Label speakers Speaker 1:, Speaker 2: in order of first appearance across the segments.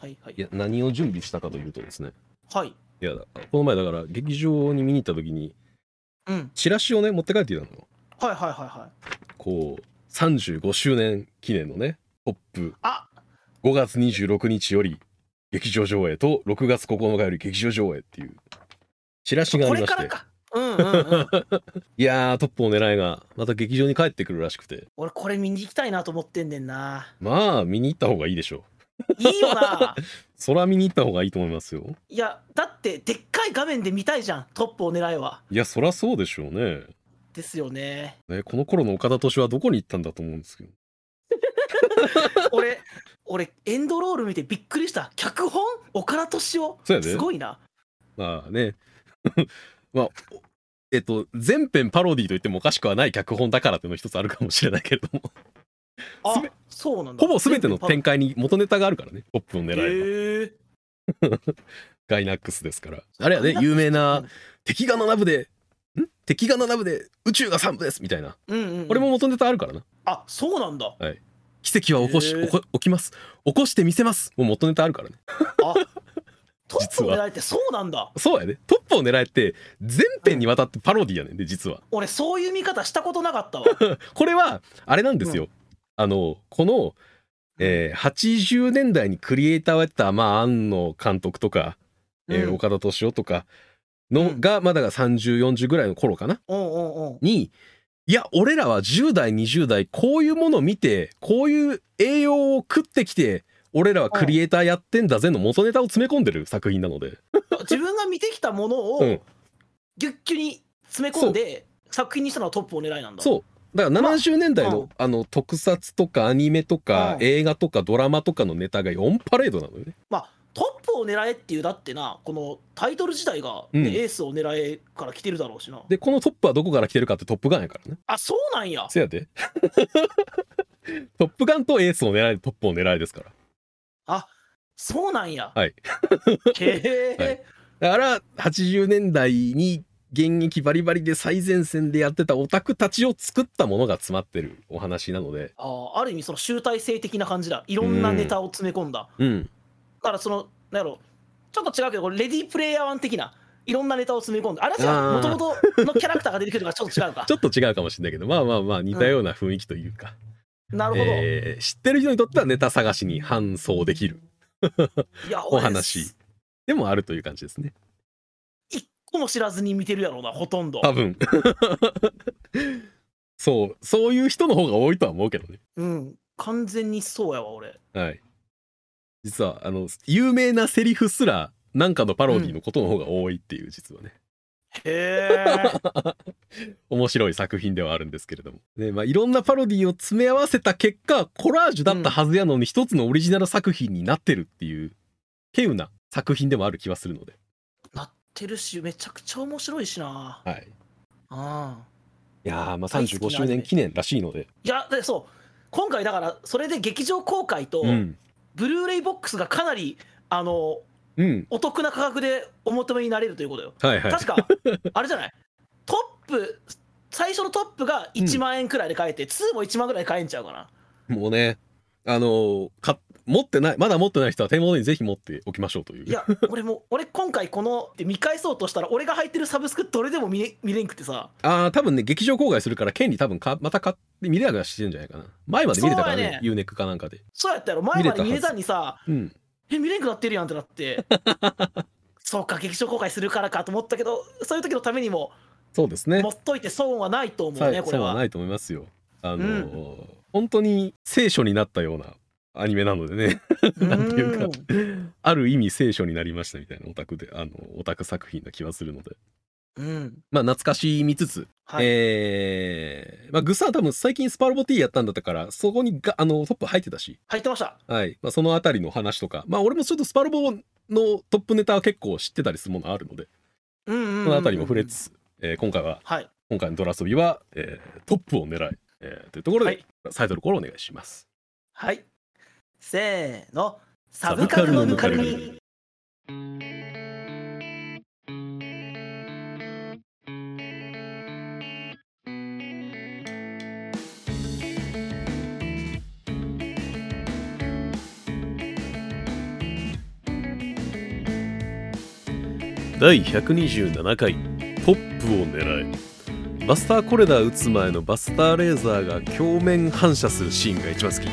Speaker 1: はいはい
Speaker 2: いや、何を準備したかというとですね、
Speaker 1: はい
Speaker 2: いや、この前だから劇場に見に行った時に、
Speaker 1: うん
Speaker 2: チラシをね、持って帰ってきたのよ。
Speaker 1: はいはいはいはい
Speaker 2: こう、35周年記念のね、ポップ
Speaker 1: あ
Speaker 2: 5月26日より劇場上映と6月9日より劇場上映っていうチラシがあ
Speaker 1: こ
Speaker 2: り
Speaker 1: れ
Speaker 2: まし
Speaker 1: から
Speaker 2: て
Speaker 1: かうんうんうん
Speaker 2: いやートップを狙いがまた劇場に帰ってくるらしくて
Speaker 1: 俺これ見に行きたいなと思ってんねんな
Speaker 2: まあ見に行った方がいいでしょう
Speaker 1: いいよ な
Speaker 2: そら見に行った方がいいと思いますよ
Speaker 1: いやだってでっかい画面で見たいじゃんトップを狙いはい
Speaker 2: やそらそうでしょうね
Speaker 1: ですよね
Speaker 2: ねこの頃の岡田敏夫はどこに行ったんだと思うんですけど
Speaker 1: 俺俺エンドロール見てびっくりした脚本岡田敏夫
Speaker 2: そうやです
Speaker 1: ごいな
Speaker 2: まあね まあおえっと全編パロディと言ってもおかしくはない脚本だからっていうの一つあるかもしれないけれどもす
Speaker 1: あ
Speaker 2: べ
Speaker 1: そうなんだ
Speaker 2: ほぼ全ての展開に元ネタがあるからねトップを狙いは、
Speaker 1: へえ
Speaker 2: ガイナックスですからあれはね有名な敵が7部でん敵が7部で宇宙が3部ですみたいな
Speaker 1: うんうん、うん、
Speaker 2: これも元ネタあるからな
Speaker 1: あそうなんだ
Speaker 2: 奇跡は起こし、
Speaker 1: へー
Speaker 2: 起こ起きます起こしてみせますもう元ネタあるからね
Speaker 1: あトップを狙いってそうなんだ
Speaker 2: そうやねトップを狙えって全編にわたってパロディやねんで実は
Speaker 1: 俺そういう見方したことなかったわ
Speaker 2: これはあれなんですよ、あのこの、えー80年代にクリエイターをやってた、まあ、庵野監督とか、 えー
Speaker 1: うん
Speaker 2: 岡田敏夫とかの、
Speaker 1: うん
Speaker 2: がまだが3040ぐらいの頃かな
Speaker 1: うんうんうん
Speaker 2: にいや俺らは10代20代こういうものを見てこういう栄養を食ってきて俺らはクリエイターやってんだぜの元ネタを詰め込んでる作品なので、
Speaker 1: 自分が見てきたもの
Speaker 2: う
Speaker 1: を
Speaker 2: ん、
Speaker 1: ぎゅっぎゅに詰め込んで作品にしたのはトップを狙いなんだ
Speaker 2: そうだから70年代の,、
Speaker 1: うん
Speaker 2: あの特撮とかアニメとか、
Speaker 1: うん
Speaker 2: 映画とかドラマとかのネタがオンパレードなのよね。
Speaker 1: まあトップを狙えっていうだってなこのタイトル自体が、ね
Speaker 2: うん
Speaker 1: エースを狙えから来てるだろうしな
Speaker 2: でこのトップはどこから来てるかって「トップガン」やからね。
Speaker 1: あそうなんや
Speaker 2: せやで。 トップガンとエースを狙いトップを狙いですから。
Speaker 1: そうなんや
Speaker 2: はい
Speaker 1: へえ、
Speaker 2: はいだから80年代に現役バリバリで最前線でやってたオタクたちを作ったものが詰まってるお話なので。
Speaker 1: あーある意味その集大成的な感じだいろんなネタを詰め込んだ、
Speaker 2: うん。
Speaker 1: だからそのなんやろちょっと違うけどこれレディープレイヤー1的ないろんなネタを詰め込んであれは
Speaker 2: あ
Speaker 1: も
Speaker 2: ー
Speaker 1: ともとのキャラクターが出てくるからちょっと違うか
Speaker 2: ちょっと違うかもしれないけどまあまあまあ似たような雰囲気というか、
Speaker 1: なるほど、
Speaker 2: えー知ってる人にとってはネタ探しに反送できる
Speaker 1: いや
Speaker 2: お話でもあるという感じですね
Speaker 1: 俺一個も知らずに見てるやろうなほとんど
Speaker 2: 多分 そうそういう人の方が多いとは思うけどね
Speaker 1: うん完全にそうやわ俺
Speaker 2: はい。実は、あの、有名なセリフすら、なんかのパロディのことの方が多いっていう、実はね、
Speaker 1: へ え
Speaker 2: 面白い作品ではあるんですけれども。ね、まあ、いろんなパロディを詰め合わせた結果、コラージュだったはずやのに、一つのオリジナル作品になってるっていう、稀有な作品でもある気はするので。
Speaker 1: なってるしめちゃくちゃ面白いしな
Speaker 2: は
Speaker 1: う
Speaker 2: い。
Speaker 1: ん
Speaker 2: いやー、まあ、
Speaker 1: 大好きな
Speaker 2: 35周年記念らしいので。
Speaker 1: いやでそう今回だからそれで劇場公開と、
Speaker 2: うん。
Speaker 1: ブルーレイボックスがかなりあの
Speaker 2: うん。
Speaker 1: お得な価格でお求めになれるということよ
Speaker 2: はいはい。
Speaker 1: 確かあれじゃないトップ最初のトップが1万円くらいで買えて、2も1万くらいで買えんちゃうかな
Speaker 2: もうね、あのーか、持ってない、まだ持ってない人は手元にぜひ持っておきましょうという。
Speaker 1: いや俺も俺今回こので見返そうとしたら俺が入ってるサブスクどれでも見れ見れんくてさ
Speaker 2: ああ、多分ね、劇場公開するから、権利多分か、また買って見れなくはしてるんじゃないかな。前まで見れたから
Speaker 1: そうだ
Speaker 2: ね
Speaker 1: ね、
Speaker 2: ユーネックかなんかで。
Speaker 1: そうやったやろ前まで見
Speaker 2: 見
Speaker 1: れ
Speaker 2: れた
Speaker 1: た
Speaker 2: はず
Speaker 1: のにさ
Speaker 2: うん。
Speaker 1: え見れんくなってるやんってなって そうか劇場公開するからかと思ったけどそういう時のためにも
Speaker 2: そうですね
Speaker 1: 持。っといて損はないと思
Speaker 2: さ
Speaker 1: うねこれ
Speaker 2: そうはな
Speaker 1: はい
Speaker 2: と思いますよ。あのー本当に聖書になったようなアニメなのでね、
Speaker 1: う
Speaker 2: なんていうか
Speaker 1: ん、
Speaker 2: ある意味聖書になりましたみたいなオタクで、あの、オタク作品な気はするので。
Speaker 1: うん
Speaker 2: まあ、懐かしみつつ、
Speaker 1: はい、
Speaker 2: えー、まあ、グッサンは多分最近スパロボ T やったんだったから、そこにが、あの、トップ入ってたし、
Speaker 1: 入ってました
Speaker 2: はい。まあ、そのあたりの話とか、まあ、俺もちょっとスパロボのトップネタは結構知ってたりするものあるので、
Speaker 1: うんうんうんうん
Speaker 2: そのあたりも触れつつ、えー今回は、
Speaker 1: はい
Speaker 2: 今回のドラ遊びは、えートップを狙い、えーというところ
Speaker 1: は
Speaker 2: で、
Speaker 1: い
Speaker 2: サイトルコールお願いします。
Speaker 1: はい。せーの。サ
Speaker 2: サ
Speaker 1: ブ
Speaker 2: ブ
Speaker 1: カ
Speaker 2: カ
Speaker 1: ル
Speaker 2: ル
Speaker 1: の
Speaker 2: の
Speaker 1: ぬ
Speaker 2: ぬ
Speaker 1: か
Speaker 2: か
Speaker 1: る
Speaker 2: る
Speaker 1: み
Speaker 2: み。第127回トップを狙えバスターコレダー撃つ前のバスターレーザーが鏡面反射するシーンが一番好き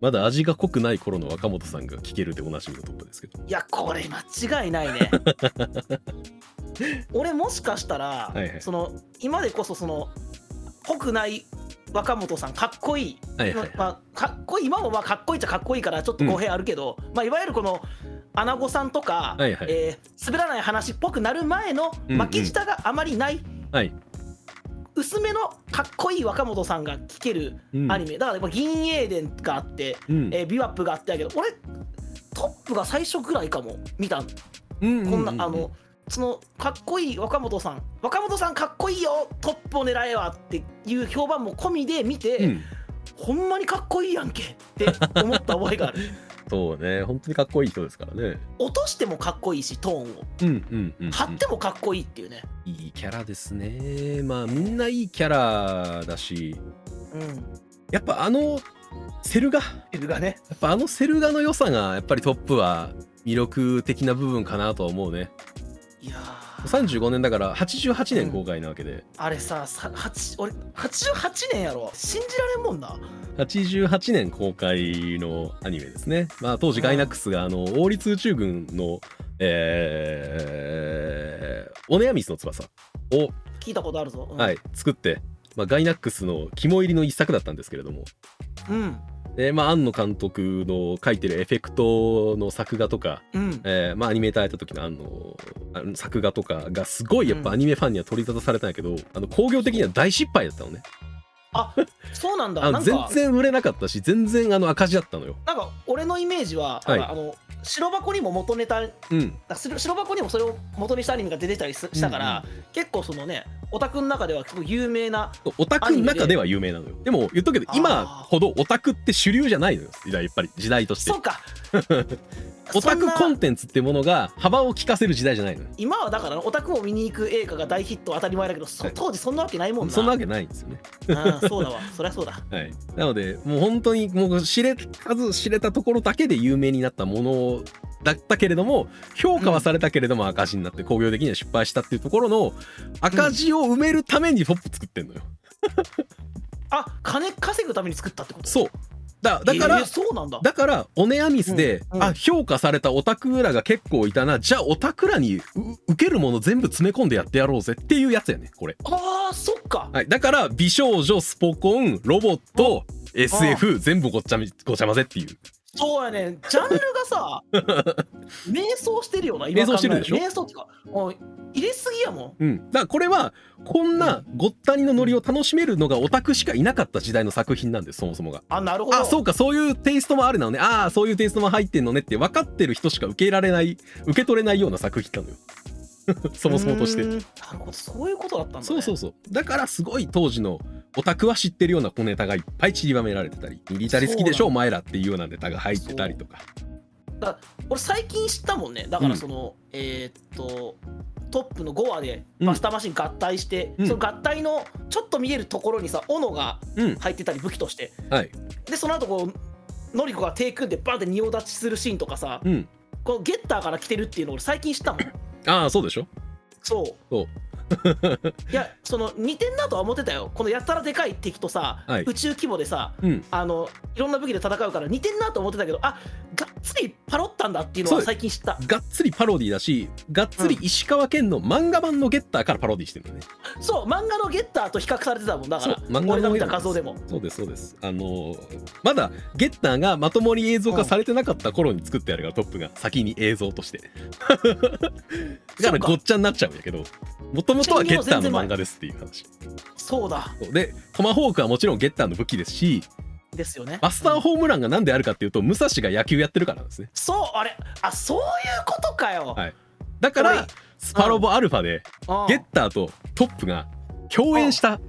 Speaker 2: まだ味が濃くない頃の若本さんが聞けるでおなじみのトップですけど
Speaker 1: いやこれ間違いない ね俺もしかしたら、
Speaker 2: はいはい
Speaker 1: その今でこそその濃くない若本さんかっこいい、
Speaker 2: はいはい
Speaker 1: まあ、かっこいい今もまあかっこいいっちゃかっこいいからちょっと語弊あるけど、まあ、いわゆるこの穴子さんとか、
Speaker 2: はいはい
Speaker 1: えー滑らない話っぽくなる前の
Speaker 2: うんうん
Speaker 1: 巻き舌があまりない、
Speaker 2: はい、
Speaker 1: 薄めのかっこいい若本さんが聴ける
Speaker 2: うん
Speaker 1: アニメ、だからやっぱ銀英伝があって、
Speaker 2: うん
Speaker 1: えービワップがあってやけど俺トップが最初ぐらいかも見たの
Speaker 2: うんうんうん
Speaker 1: こんな、あのそのかっこいい若本さん若本さんかっこいいよトップを狙えわっていう評判も込みで見て、
Speaker 2: うん
Speaker 1: ほんまにかっこいいやんけって思った覚え がある
Speaker 2: そうね本当にかっこいい人ですからね
Speaker 1: 落としてもかっこいいしトーンを
Speaker 2: うんうんうん、うん、
Speaker 1: 張ってもかっこいいっていうね
Speaker 2: いいキャラですねまあみんないいキャラだし
Speaker 1: うん
Speaker 2: やっぱあのセルガや
Speaker 1: いるがね
Speaker 2: っぱあのセルガの良さがやっぱりトップは魅力的な部分かなとは思うね
Speaker 1: いやー
Speaker 2: 35年だから88年公開なわけで、
Speaker 1: あれささ八俺88年やろ信じられんもんな
Speaker 2: 88年公開のアニメですねまあ当時ガイナックスがあの王立宇宙軍のえー、オネアミスの翼を、
Speaker 1: 聞いたことあるぞ、うん、
Speaker 2: はい、作って、まあ、ガイナックスの肝入りの一作だったんですけれども
Speaker 1: うん
Speaker 2: でまあ庵野監督の書いてるエフェクトの作画とか、
Speaker 1: うん
Speaker 2: えーまあ、アニメーターやった時の庵野あの作画とかがすごいやっぱ
Speaker 1: うん
Speaker 2: アニメファンには取り沙汰されたんやけど、あの工業的には大失敗だったのね
Speaker 1: あそうなんだな
Speaker 2: あの
Speaker 1: ん
Speaker 2: 全
Speaker 1: か
Speaker 2: 然売れなかったし全然あの赤字だったのよ
Speaker 1: なんか俺のイメージは、
Speaker 2: はい
Speaker 1: あの白箱にも元ネタ
Speaker 2: うん
Speaker 1: だ白白箱にもそれを元にしたアニメが出てたりすしたから、結構そのねオタクの中では結構有名な
Speaker 2: オタクの中では有名なのよでも言っとくけど今ほどオタクって主流じゃないのよ時代やっぱり時代として
Speaker 1: そうか
Speaker 2: オタ
Speaker 1: そん
Speaker 2: ク
Speaker 1: な
Speaker 2: コンテンツってものが幅を利かせる時代じゃないのよ
Speaker 1: 今はだからオタクを見に行く映画が大ヒット当たり前だけどそ
Speaker 2: はい
Speaker 1: 当時そんなわけないもんな
Speaker 2: そんなわけないんですよね
Speaker 1: うんそうだわそりゃそうだ
Speaker 2: はい、なのでもう本当にもう知れ数知れたところだけで有名になったものだったけれども評価はされたけれども赤字になって工業的には失敗したっていうところの赤字を埋めるためにポップ作ってんのよ。
Speaker 1: あ金稼ぐために作ったってこと
Speaker 2: そうだだから、
Speaker 1: えーそうなんだ
Speaker 2: だからオネアミスで、
Speaker 1: うんうん
Speaker 2: あ評価されたオタクらが結構いたなじゃあオタクらにう受けるもの全部詰め込んでやってやろうぜっていうやつやねこれ、
Speaker 1: あーそっか
Speaker 2: はい、だから美少女スポコンロボット SF 全部ごっちゃみごちゃ混ぜっていう
Speaker 1: そうやねジャンルがさ 迷走してるよな今
Speaker 2: 迷走してるでしょ
Speaker 1: 考え迷走っていうかうん入れすぎやもん
Speaker 2: うん、だからこれはこんなごったにのノリを楽しめるのがオタクしかいなかった時代の作品なんですそもそもが。
Speaker 1: あなるほど
Speaker 2: あそうかそういうテイストもあるなのねああそういうテイストも入ってんのねって分かってる人しか受けられない受け取れないような作品なのよ そもそもとして
Speaker 1: うーんなるほどそういうことだったんだ、ね、
Speaker 2: そうそうそうだからすごい当時のオタクは知ってるような小ネタがいっぱい散りばめられてたりミリタリ好きでし
Speaker 1: そう
Speaker 2: ょお前らっていうようなネタが入ってたりとか
Speaker 1: 俺最近知ったもんねだか
Speaker 2: うん
Speaker 1: らその、えーっとトップの5話で
Speaker 2: うん
Speaker 1: バスターマシン合体して、
Speaker 2: うん
Speaker 1: その合体のちょっと見えるところにさ斧が
Speaker 2: うん
Speaker 1: 入ってたり武器として
Speaker 2: はい
Speaker 1: でその後こうのりこが手組んでバンって仁王立ちするシーンとかさ、
Speaker 2: うん
Speaker 1: こうゲッターから来てるっていうのを俺最近知ったもん
Speaker 2: ああそうでしょ
Speaker 1: そう
Speaker 2: そう
Speaker 1: いやその似てんなとは思ってたよこのやたらでかい敵とさ、
Speaker 2: はい
Speaker 1: 宇宙規模でさ
Speaker 2: うん
Speaker 1: あのいろんな武器で戦うから似てんなと思ってたけどあがっつりパロったんだっていうの
Speaker 2: そう
Speaker 1: は
Speaker 2: です
Speaker 1: 最近知った
Speaker 2: がっつりパロディだしがっつり石川県の漫画版のゲッターからパロディしてるのね
Speaker 1: そう漫画のゲッターと比較されてたもんだから
Speaker 2: そう漫画の
Speaker 1: 俺が見た画像でも
Speaker 2: そうですそうですあのーまだゲッターがまともに映像化されてなかった頃に作ってあるからトップが先に映像として だからごっちゃになっちゃうんやけどもともとはゲッターの漫画ですっていう話
Speaker 1: そうだ
Speaker 2: そうでトマホークはもちろんゲッターの武器ですし
Speaker 1: ですよね
Speaker 2: バスターホームランが何であるかっていうと武蔵が野球やってるからなんですね
Speaker 1: そうあれあそういうことかよ、
Speaker 2: はいだから
Speaker 1: 俺
Speaker 2: スパロボアルファで
Speaker 1: あー
Speaker 2: ゲッターとトップが共演した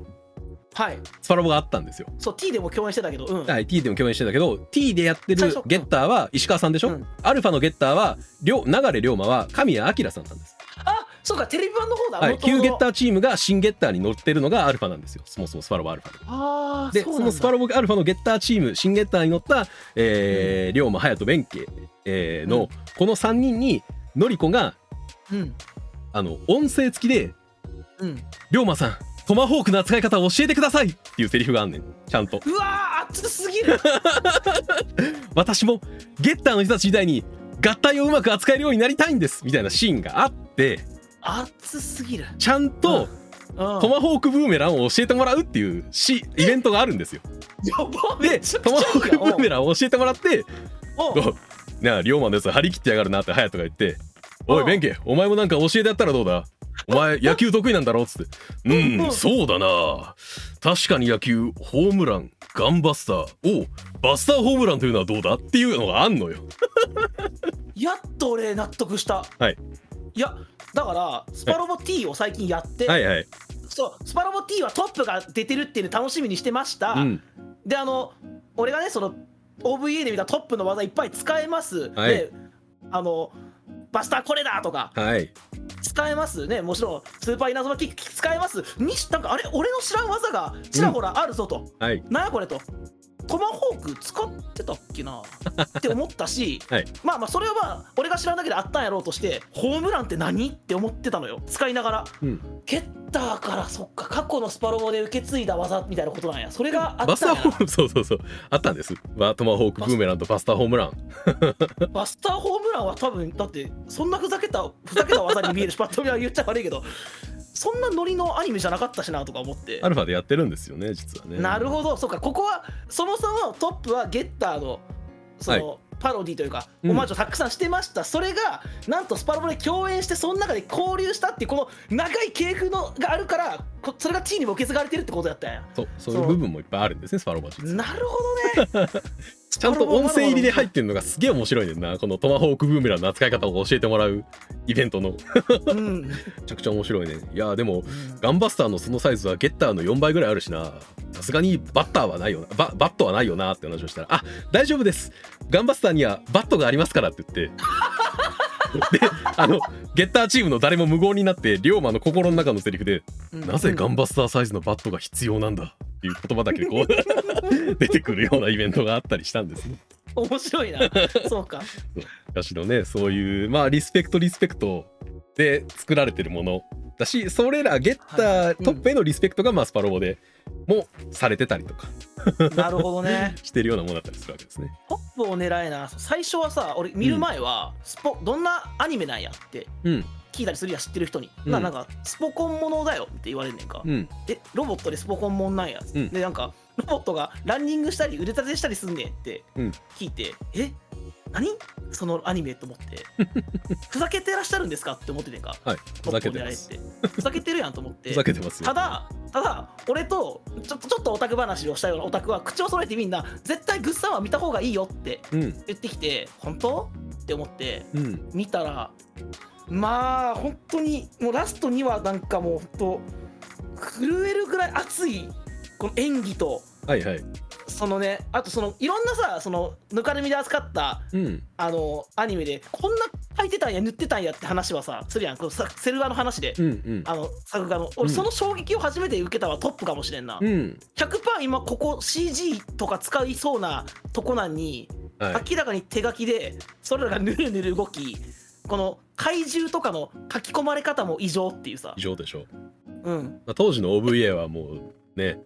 Speaker 1: はい
Speaker 2: スパロボがあったんですよ。
Speaker 1: そう T でも共演してたけどうん、
Speaker 2: はい、T でも共演してたけど T でやって
Speaker 1: 最
Speaker 2: る
Speaker 1: 初
Speaker 2: ゲッターは石川さんでしょ、
Speaker 1: うん
Speaker 2: アルファのゲッターはりょう流龍馬は神谷明さんなんです、
Speaker 1: あそうかテレビ版の方だ、
Speaker 2: はい、
Speaker 1: 元
Speaker 2: 旧
Speaker 1: 々
Speaker 2: ゲッターチームが新ゲッターに乗ってるのがアルファなんですよそもそもスパロボアルファで。
Speaker 1: あー
Speaker 2: で
Speaker 1: そ
Speaker 2: そ
Speaker 1: なん
Speaker 2: う
Speaker 1: だ
Speaker 2: のスパロボアルファのゲッターチーム新ゲッターに乗った、えー龍馬隼人弁慶、えー
Speaker 1: う
Speaker 2: の、
Speaker 1: ん
Speaker 2: この3人にのりこが
Speaker 1: うん
Speaker 2: あの音声付きで
Speaker 1: うん
Speaker 2: 「龍馬さんトマホークの扱い方を教えてください」っていうセリフがあんねんちゃんと。
Speaker 1: うわー熱すぎる
Speaker 2: 私もゲッターの人たちみたいに合体をうまく扱えるようになりたいんですみたいなシーンがあって
Speaker 1: 熱すぎる
Speaker 2: ちゃん
Speaker 1: うん
Speaker 2: とトマホークブーメランを教えてもらうっていうしイベントがあるんですよ。
Speaker 1: やばめ
Speaker 2: で
Speaker 1: っちゃく
Speaker 2: トマホー
Speaker 1: ちゃいいや
Speaker 2: クブーメランを教えてもらって「
Speaker 1: おうおう
Speaker 2: お なあ龍馬のやつ張り切ってやがるな」って隼人が言って「お
Speaker 1: う
Speaker 2: い
Speaker 1: ん
Speaker 2: 弁慶お前もなんか教えてやったらどうだ お前野球得意なんだろ?」っつって「
Speaker 1: うん
Speaker 2: うんそうだな確かに野球ホームランガンバスターおうバスターホームランというのはどうだ?」っていうのがあんのよ。
Speaker 1: やっと俺納得した
Speaker 2: はい
Speaker 1: いやだからスパロボ T を最近やって、
Speaker 2: はいはい。
Speaker 1: そうスパロボ T はトップが出てるっていうの楽しみにしてました、
Speaker 2: うん
Speaker 1: であの俺がねその OVA で見たトップの技いっぱい使えます、
Speaker 2: はい
Speaker 1: であのバスターこれだとか
Speaker 2: はい。
Speaker 1: 使えますねもちろんスーパー稲妻キック使えますにしなんかあれ俺の知らん技がちらほらあるぞと、
Speaker 2: はい。
Speaker 1: なんやこれとトマホーク使ってたっけ なって思ったし、
Speaker 2: はい
Speaker 1: まあまあそれはまあ俺が知らんだけであったんやろうとしてホームランって何って思ってたのよ使いながら
Speaker 2: うん。
Speaker 1: ゲッターからそっか過去のスパロボで受け継いだ技みたいなことなんやそれがあ
Speaker 2: バ
Speaker 1: っ
Speaker 2: ス
Speaker 1: たん
Speaker 2: ター
Speaker 1: や
Speaker 2: ホーム、 そうそうそう。あったんです。バトマホークブーメランとバスターホームラン。
Speaker 1: バスターホームランは多分だってそんなふざけたふざけた技に見えるしパッと見は言っちゃ悪いけどそんなノリのアニメじゃなかったしなとか思って
Speaker 2: アルファでやってるんですよね、実はね。
Speaker 1: なるほどそうかここはそもそもトップはゲッターのその、パロディというか
Speaker 2: うん
Speaker 1: オマージュをたくさんしてました、それがなんとスパロボで共演してその中で交流したっていうこの長い系譜のがあるからこそれが地位にも受け継がれてるってことだったんや
Speaker 2: そう、そういう部分もいっぱいあるんですね、スパロボは実は
Speaker 1: なるほどね
Speaker 2: ちゃんと音声入りで入ってるのがすげえ面白いねんな。このトマホークブーメランの扱い方を教えてもらうイベントの。め
Speaker 1: うん
Speaker 2: ちゃくちゃ面白いね。いやー、でも、ガンバスターのそのサイズはゲッターの4倍ぐらいあるしな。さすがにバッターはないよなバ。バットはないよなって話をしたら、あ大丈夫です。ガンバスターにはバットがありますからって 言って。で、あの、ゲッターチームの誰も無言になって、龍馬の心の中のセリフで、なぜガンバスターサイズのバットが必要なんだっていう言葉だけこ う出てくるようなイベントがあったりしたんですね。
Speaker 1: 面白いなそうか
Speaker 2: 昔のねそういうまあリスペクトリスペクトで作られてるものだしそれらゲッター、
Speaker 1: いうん
Speaker 2: トップへのリスペクトがまあスパロボでもされてたりとか
Speaker 1: なるほど ね
Speaker 2: してるようなものだったりするわけですね。
Speaker 1: トップを狙えな最初はさ俺見る前は、スポどんなアニメなんやって
Speaker 2: うん
Speaker 1: 聞いたりするやん知ってる人に、
Speaker 2: うん
Speaker 1: ななんかスポコンものだよって言われんねんか、
Speaker 2: うん
Speaker 1: えロボットでスポコンもんなんや、
Speaker 2: うん
Speaker 1: でなんかロボットがランニングしたり腕立てしたりすんねんって
Speaker 2: うん
Speaker 1: 聞いて、え何そのアニメと思って ふざけてらっしゃるんですかって思ってねんか
Speaker 2: はいふざけてます
Speaker 1: トップを狙えってふざけてるやんと思って
Speaker 2: ふざけてますよ
Speaker 1: ただただ俺とちょっとちょっとオタク話をしたようなオタクは口を揃えてみんな絶対グッサンは見た方がいいよって
Speaker 2: うん
Speaker 1: 言ってきて本当って思って
Speaker 2: うん
Speaker 1: 見たらまあ本当にもうラストにはなんかもう本当震えるぐらい熱いこの演技と
Speaker 2: はいはい
Speaker 1: そのねあとそのいろんなさそのぬかるみで扱った
Speaker 2: うん
Speaker 1: あのアニメでこんな書いてたんや塗ってたんやって話はさするやんこのさセル画の話で
Speaker 2: うんうん
Speaker 1: あの作画の俺
Speaker 2: うん
Speaker 1: その衝撃を初めて受けたはトップかもしれんな
Speaker 2: うん
Speaker 1: 100%今ここ CG とか使いそうなとこなんに
Speaker 2: はい
Speaker 1: 明らかに手書きでそれらがぬるぬる動きこの怪獣とかの書き込まれ方も異常っていうさ
Speaker 2: 以、上でしょう、
Speaker 1: うん
Speaker 2: まあ、当時の OVA はもうね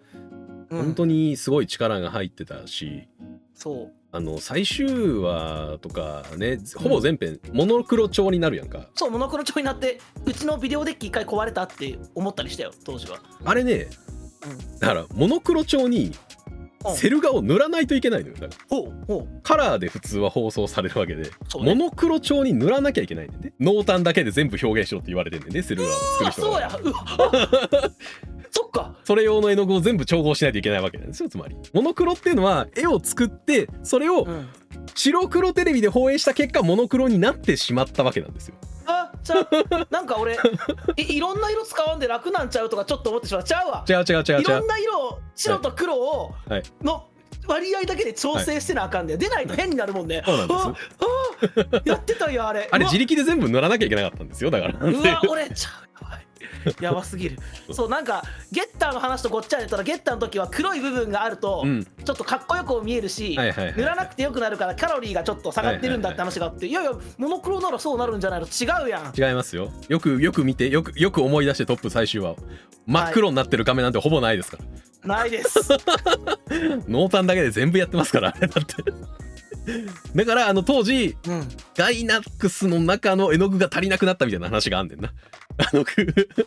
Speaker 1: うん、
Speaker 2: 本当にすごい力が入ってたし
Speaker 1: そう
Speaker 2: あの最終話とかねほぼ全編モノクロ調になるやんか、
Speaker 1: そうモノクロ調になってうちのビデオデッキ一回壊れたって思ったりしたよ当時は、
Speaker 2: あれねだからモノクロ調に
Speaker 1: うん、
Speaker 2: セル画を塗らないといけないのよだから
Speaker 1: ほうほ
Speaker 2: カラーで普通は放送されるわけで、
Speaker 1: そうね
Speaker 2: モノクロ調に塗らなきゃいけないんでね濃淡だけで全部表現しろって言われてんでねセル画を
Speaker 1: う
Speaker 2: 作
Speaker 1: あ
Speaker 2: る人
Speaker 1: そう
Speaker 2: は
Speaker 1: やうわ そっか
Speaker 2: それ用の絵の具を全部調合しないといけないわけなんですよつまりモノクロっていうのは絵を作ってそれを
Speaker 1: うん
Speaker 2: 白黒テレビで放映した結果モノクロになってしまったわけなんですよ
Speaker 1: あっちゃうなんか俺いいろんな色使わんで楽なんちゃうとかちょっと思ってしまうちゃうわ
Speaker 2: 違う違う違う
Speaker 1: い
Speaker 2: 違
Speaker 1: ろ
Speaker 2: うん
Speaker 1: な色を白と黒を、
Speaker 2: はい
Speaker 1: の割合だけで調整してなあかんで、出ないと変になるもんね
Speaker 2: そうなんです
Speaker 1: ああやってたよあれ
Speaker 2: あれ
Speaker 1: うわ
Speaker 2: 自力で全部塗らなきゃいけなかったんですよだから
Speaker 1: うわ折れちゃうやばいやばすぎるそうなんかゲッターの話とごっちゃにやったらゲッターの時は黒い部分があると、
Speaker 2: うん
Speaker 1: ちょっとかっこよくも見えるし、
Speaker 2: はいはいはい
Speaker 1: 塗らなくてよくなるからカロリーがちょっと下がってるんだって話があって、いやいやモノクロならそうなるんじゃないの違うや ん
Speaker 2: 違いますよよくよく見てよくよく思い出してトップ最終話を真っ黒になってる画面なんてほぼないですから、
Speaker 1: ないです
Speaker 2: 濃淡だけで全部やってますからあれだって だからあの当時
Speaker 1: うん
Speaker 2: ガイナックスの中の絵の具が足りなくなったみたいな話があんねんな。あの く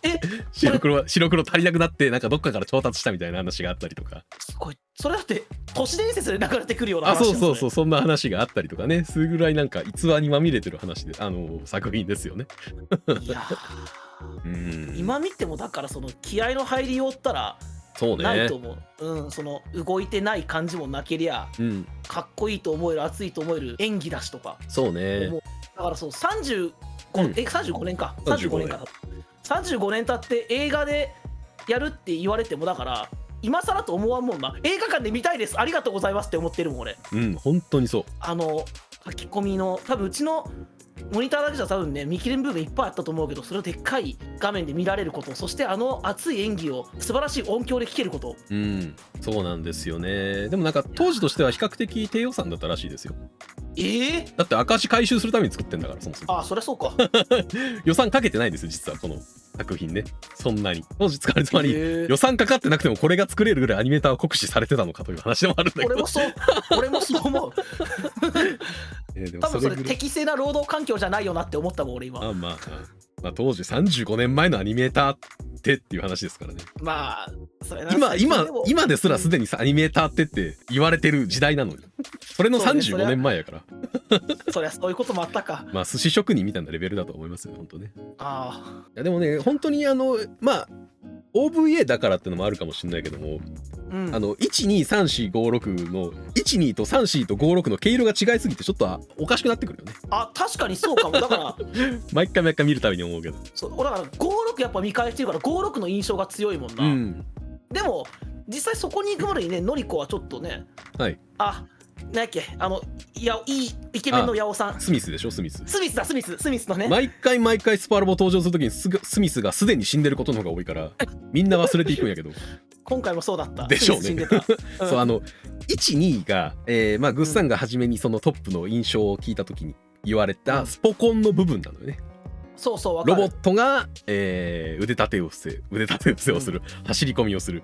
Speaker 1: え
Speaker 2: 白黒白黒足りなくなってなんかどっかから調達したみたいな話があったりとか
Speaker 1: すごいそれだって都市伝説で流れてくるような
Speaker 2: あ
Speaker 1: 話
Speaker 2: そうそうそううそんな話があったりとかねするぐらいなんか逸話にまみれてる話であの作品ですよね。
Speaker 1: そういやー
Speaker 2: うん
Speaker 1: 今見てもだからその気合の入りようったら
Speaker 2: そうね
Speaker 1: ないと思う、うんその動いてない感じもなけりゃ
Speaker 2: うん
Speaker 1: かっこいいと思える熱いと思える演技だしとか
Speaker 2: そうね
Speaker 1: 思うだからそう35、
Speaker 2: うん
Speaker 1: え35年か
Speaker 2: 35
Speaker 1: 35年か35年経って映画でやるって言われてもだから今更と思わんもんな映画館で見たいですありがとうございますって思ってるもん俺
Speaker 2: うん本当にそう
Speaker 1: あの書き込みの多分うちのモニターだけじゃ多分ね見切れん部分いっぱいあったと思うけどそれをでっかい画面で見られることそしてあの熱い演技を素晴らしい音響で聴けること
Speaker 2: うんそうなんですよねでもなんか当時としては比較的低予算だったらしいですよ
Speaker 1: ええ
Speaker 2: だって赤字回収するために作ってんだからそもそも
Speaker 1: ああそりゃそうか
Speaker 2: 予算かけてないんですよ実はこの作品ねそんなに当時使われたまに
Speaker 1: ええ
Speaker 2: 予算かかってなくてもこれが作れるぐらいアニメーターは酷使されてたのかという話でもあるんだけ
Speaker 1: 俺
Speaker 2: ど
Speaker 1: もそう俺もそう思う
Speaker 2: えーでも
Speaker 1: 多分それ
Speaker 2: ぐらい
Speaker 1: 適正な労働環境じゃないよなって思ったもん俺今
Speaker 2: まあまあまあ当時35年前のアニメーターってっていう話ですからね
Speaker 1: まあそれな
Speaker 2: 今今
Speaker 1: でも
Speaker 2: 今ですらすでにさアニメーターってって言われてる時代なのにそれの
Speaker 1: そうねそれ
Speaker 2: 35
Speaker 1: は
Speaker 2: 年前やから
Speaker 1: そりゃそういうこともあったか
Speaker 2: まあ寿司職人みたいなレベルだと思いますよ本当ね
Speaker 1: あ
Speaker 2: いやでもね本当にあのまあ OVA だからってのもあるかもしれないけども、
Speaker 1: あうん
Speaker 2: あの123456の12と34と56の毛色が違いすぎてちょっとあおかしくなってくるよね
Speaker 1: あ確かにそうかもだから
Speaker 2: 毎回毎回見るたびに思うけど
Speaker 1: そう俺だから56やっぱ見返してるから56の印象が強いもんな、
Speaker 2: うん
Speaker 1: でも実際そこに行くまでにねのりこはちょっとね
Speaker 2: はい
Speaker 1: あなんやっけあのいやいいイケメンの八尾さん
Speaker 2: スミスでしょスミス
Speaker 1: スミスだスミススミスのね、
Speaker 2: 毎回毎回スパロボ登場するときにススミスがすでに死んでることの方が多いからみんな忘れていくんやけど、
Speaker 1: 今回もそうだった
Speaker 2: でしょうね
Speaker 1: スミス死んでた
Speaker 2: そうあ
Speaker 1: ん
Speaker 2: の12が、えーまあ、グッさんが初めにそのトップの印象を聞いたときに言われ
Speaker 1: う
Speaker 2: た
Speaker 1: ん
Speaker 2: スポコンの部分なのよね
Speaker 1: そうそうわか
Speaker 2: ロ
Speaker 1: る
Speaker 2: ボットが、えー腕立てをせ腕立て伏せをする、走り込みをする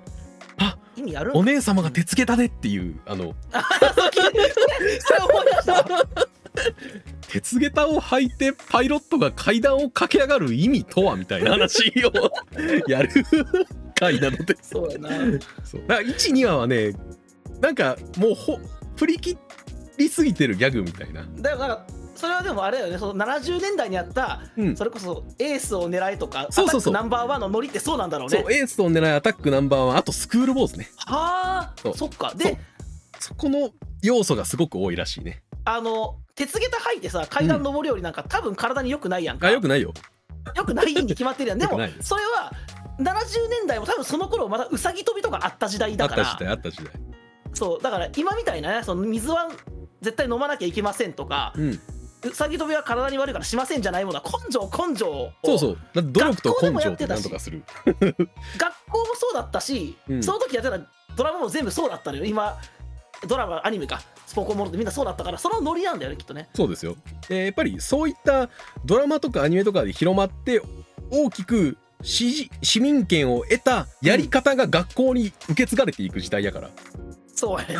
Speaker 1: 意味ある
Speaker 2: お姉様が手つけたねっていうあの
Speaker 1: それ 思い出したわ
Speaker 2: 鉄下駄を履いてパイロットが階段を駆け上がる意味とはみたいな話をやる回なので
Speaker 1: そうやな
Speaker 2: そうだから12話はねなんかもうほ振り切りすぎてるギャグみたいな
Speaker 1: だからなんかそれはでもあれだよねその70年代にあった
Speaker 2: うん
Speaker 1: それこそエースを狙えとか
Speaker 2: そうそうそう
Speaker 1: アタックナンバーワンのノリってそうなんだろう
Speaker 2: そう
Speaker 1: ね
Speaker 2: エースを狙いアタックナンバーワンあとスクールボーズね
Speaker 1: はあ
Speaker 2: そう
Speaker 1: そっか
Speaker 2: そ
Speaker 1: で
Speaker 2: うそこの要素がすごく多いらしいね
Speaker 1: あの鉄下駄履いてさ階段登るよりなんか、多分体に良くないやんか
Speaker 2: あよくないよ
Speaker 1: よくないに決まってるやんで
Speaker 2: よ
Speaker 1: も
Speaker 2: くないです
Speaker 1: それは70年代も多分その頃まだうさぎ跳びとかあった時代
Speaker 2: あ
Speaker 1: だ
Speaker 2: っ
Speaker 1: か
Speaker 2: た時
Speaker 1: ら
Speaker 2: 代あった時代
Speaker 1: そうだから今みたいなねその水は絶対飲まなきゃいけませんとか
Speaker 2: うん
Speaker 1: うさぎ跳びは体に悪いからしませんじゃないものは根性根性を
Speaker 2: そうそうだって努力と根性ってなんとかする
Speaker 1: 学校もそうだったし、
Speaker 2: うん
Speaker 1: その時やってたドラマも全部そうだったのよ今ドラマアニメかスポコンものってみんなそうだったからそのノリなんだよねきっとね
Speaker 2: そうですよ。でやっぱりそういったドラマとかアニメとかで広まって大きく支持市民権を得たやり方が学校に受け継がれていく時代やから。
Speaker 1: そう やね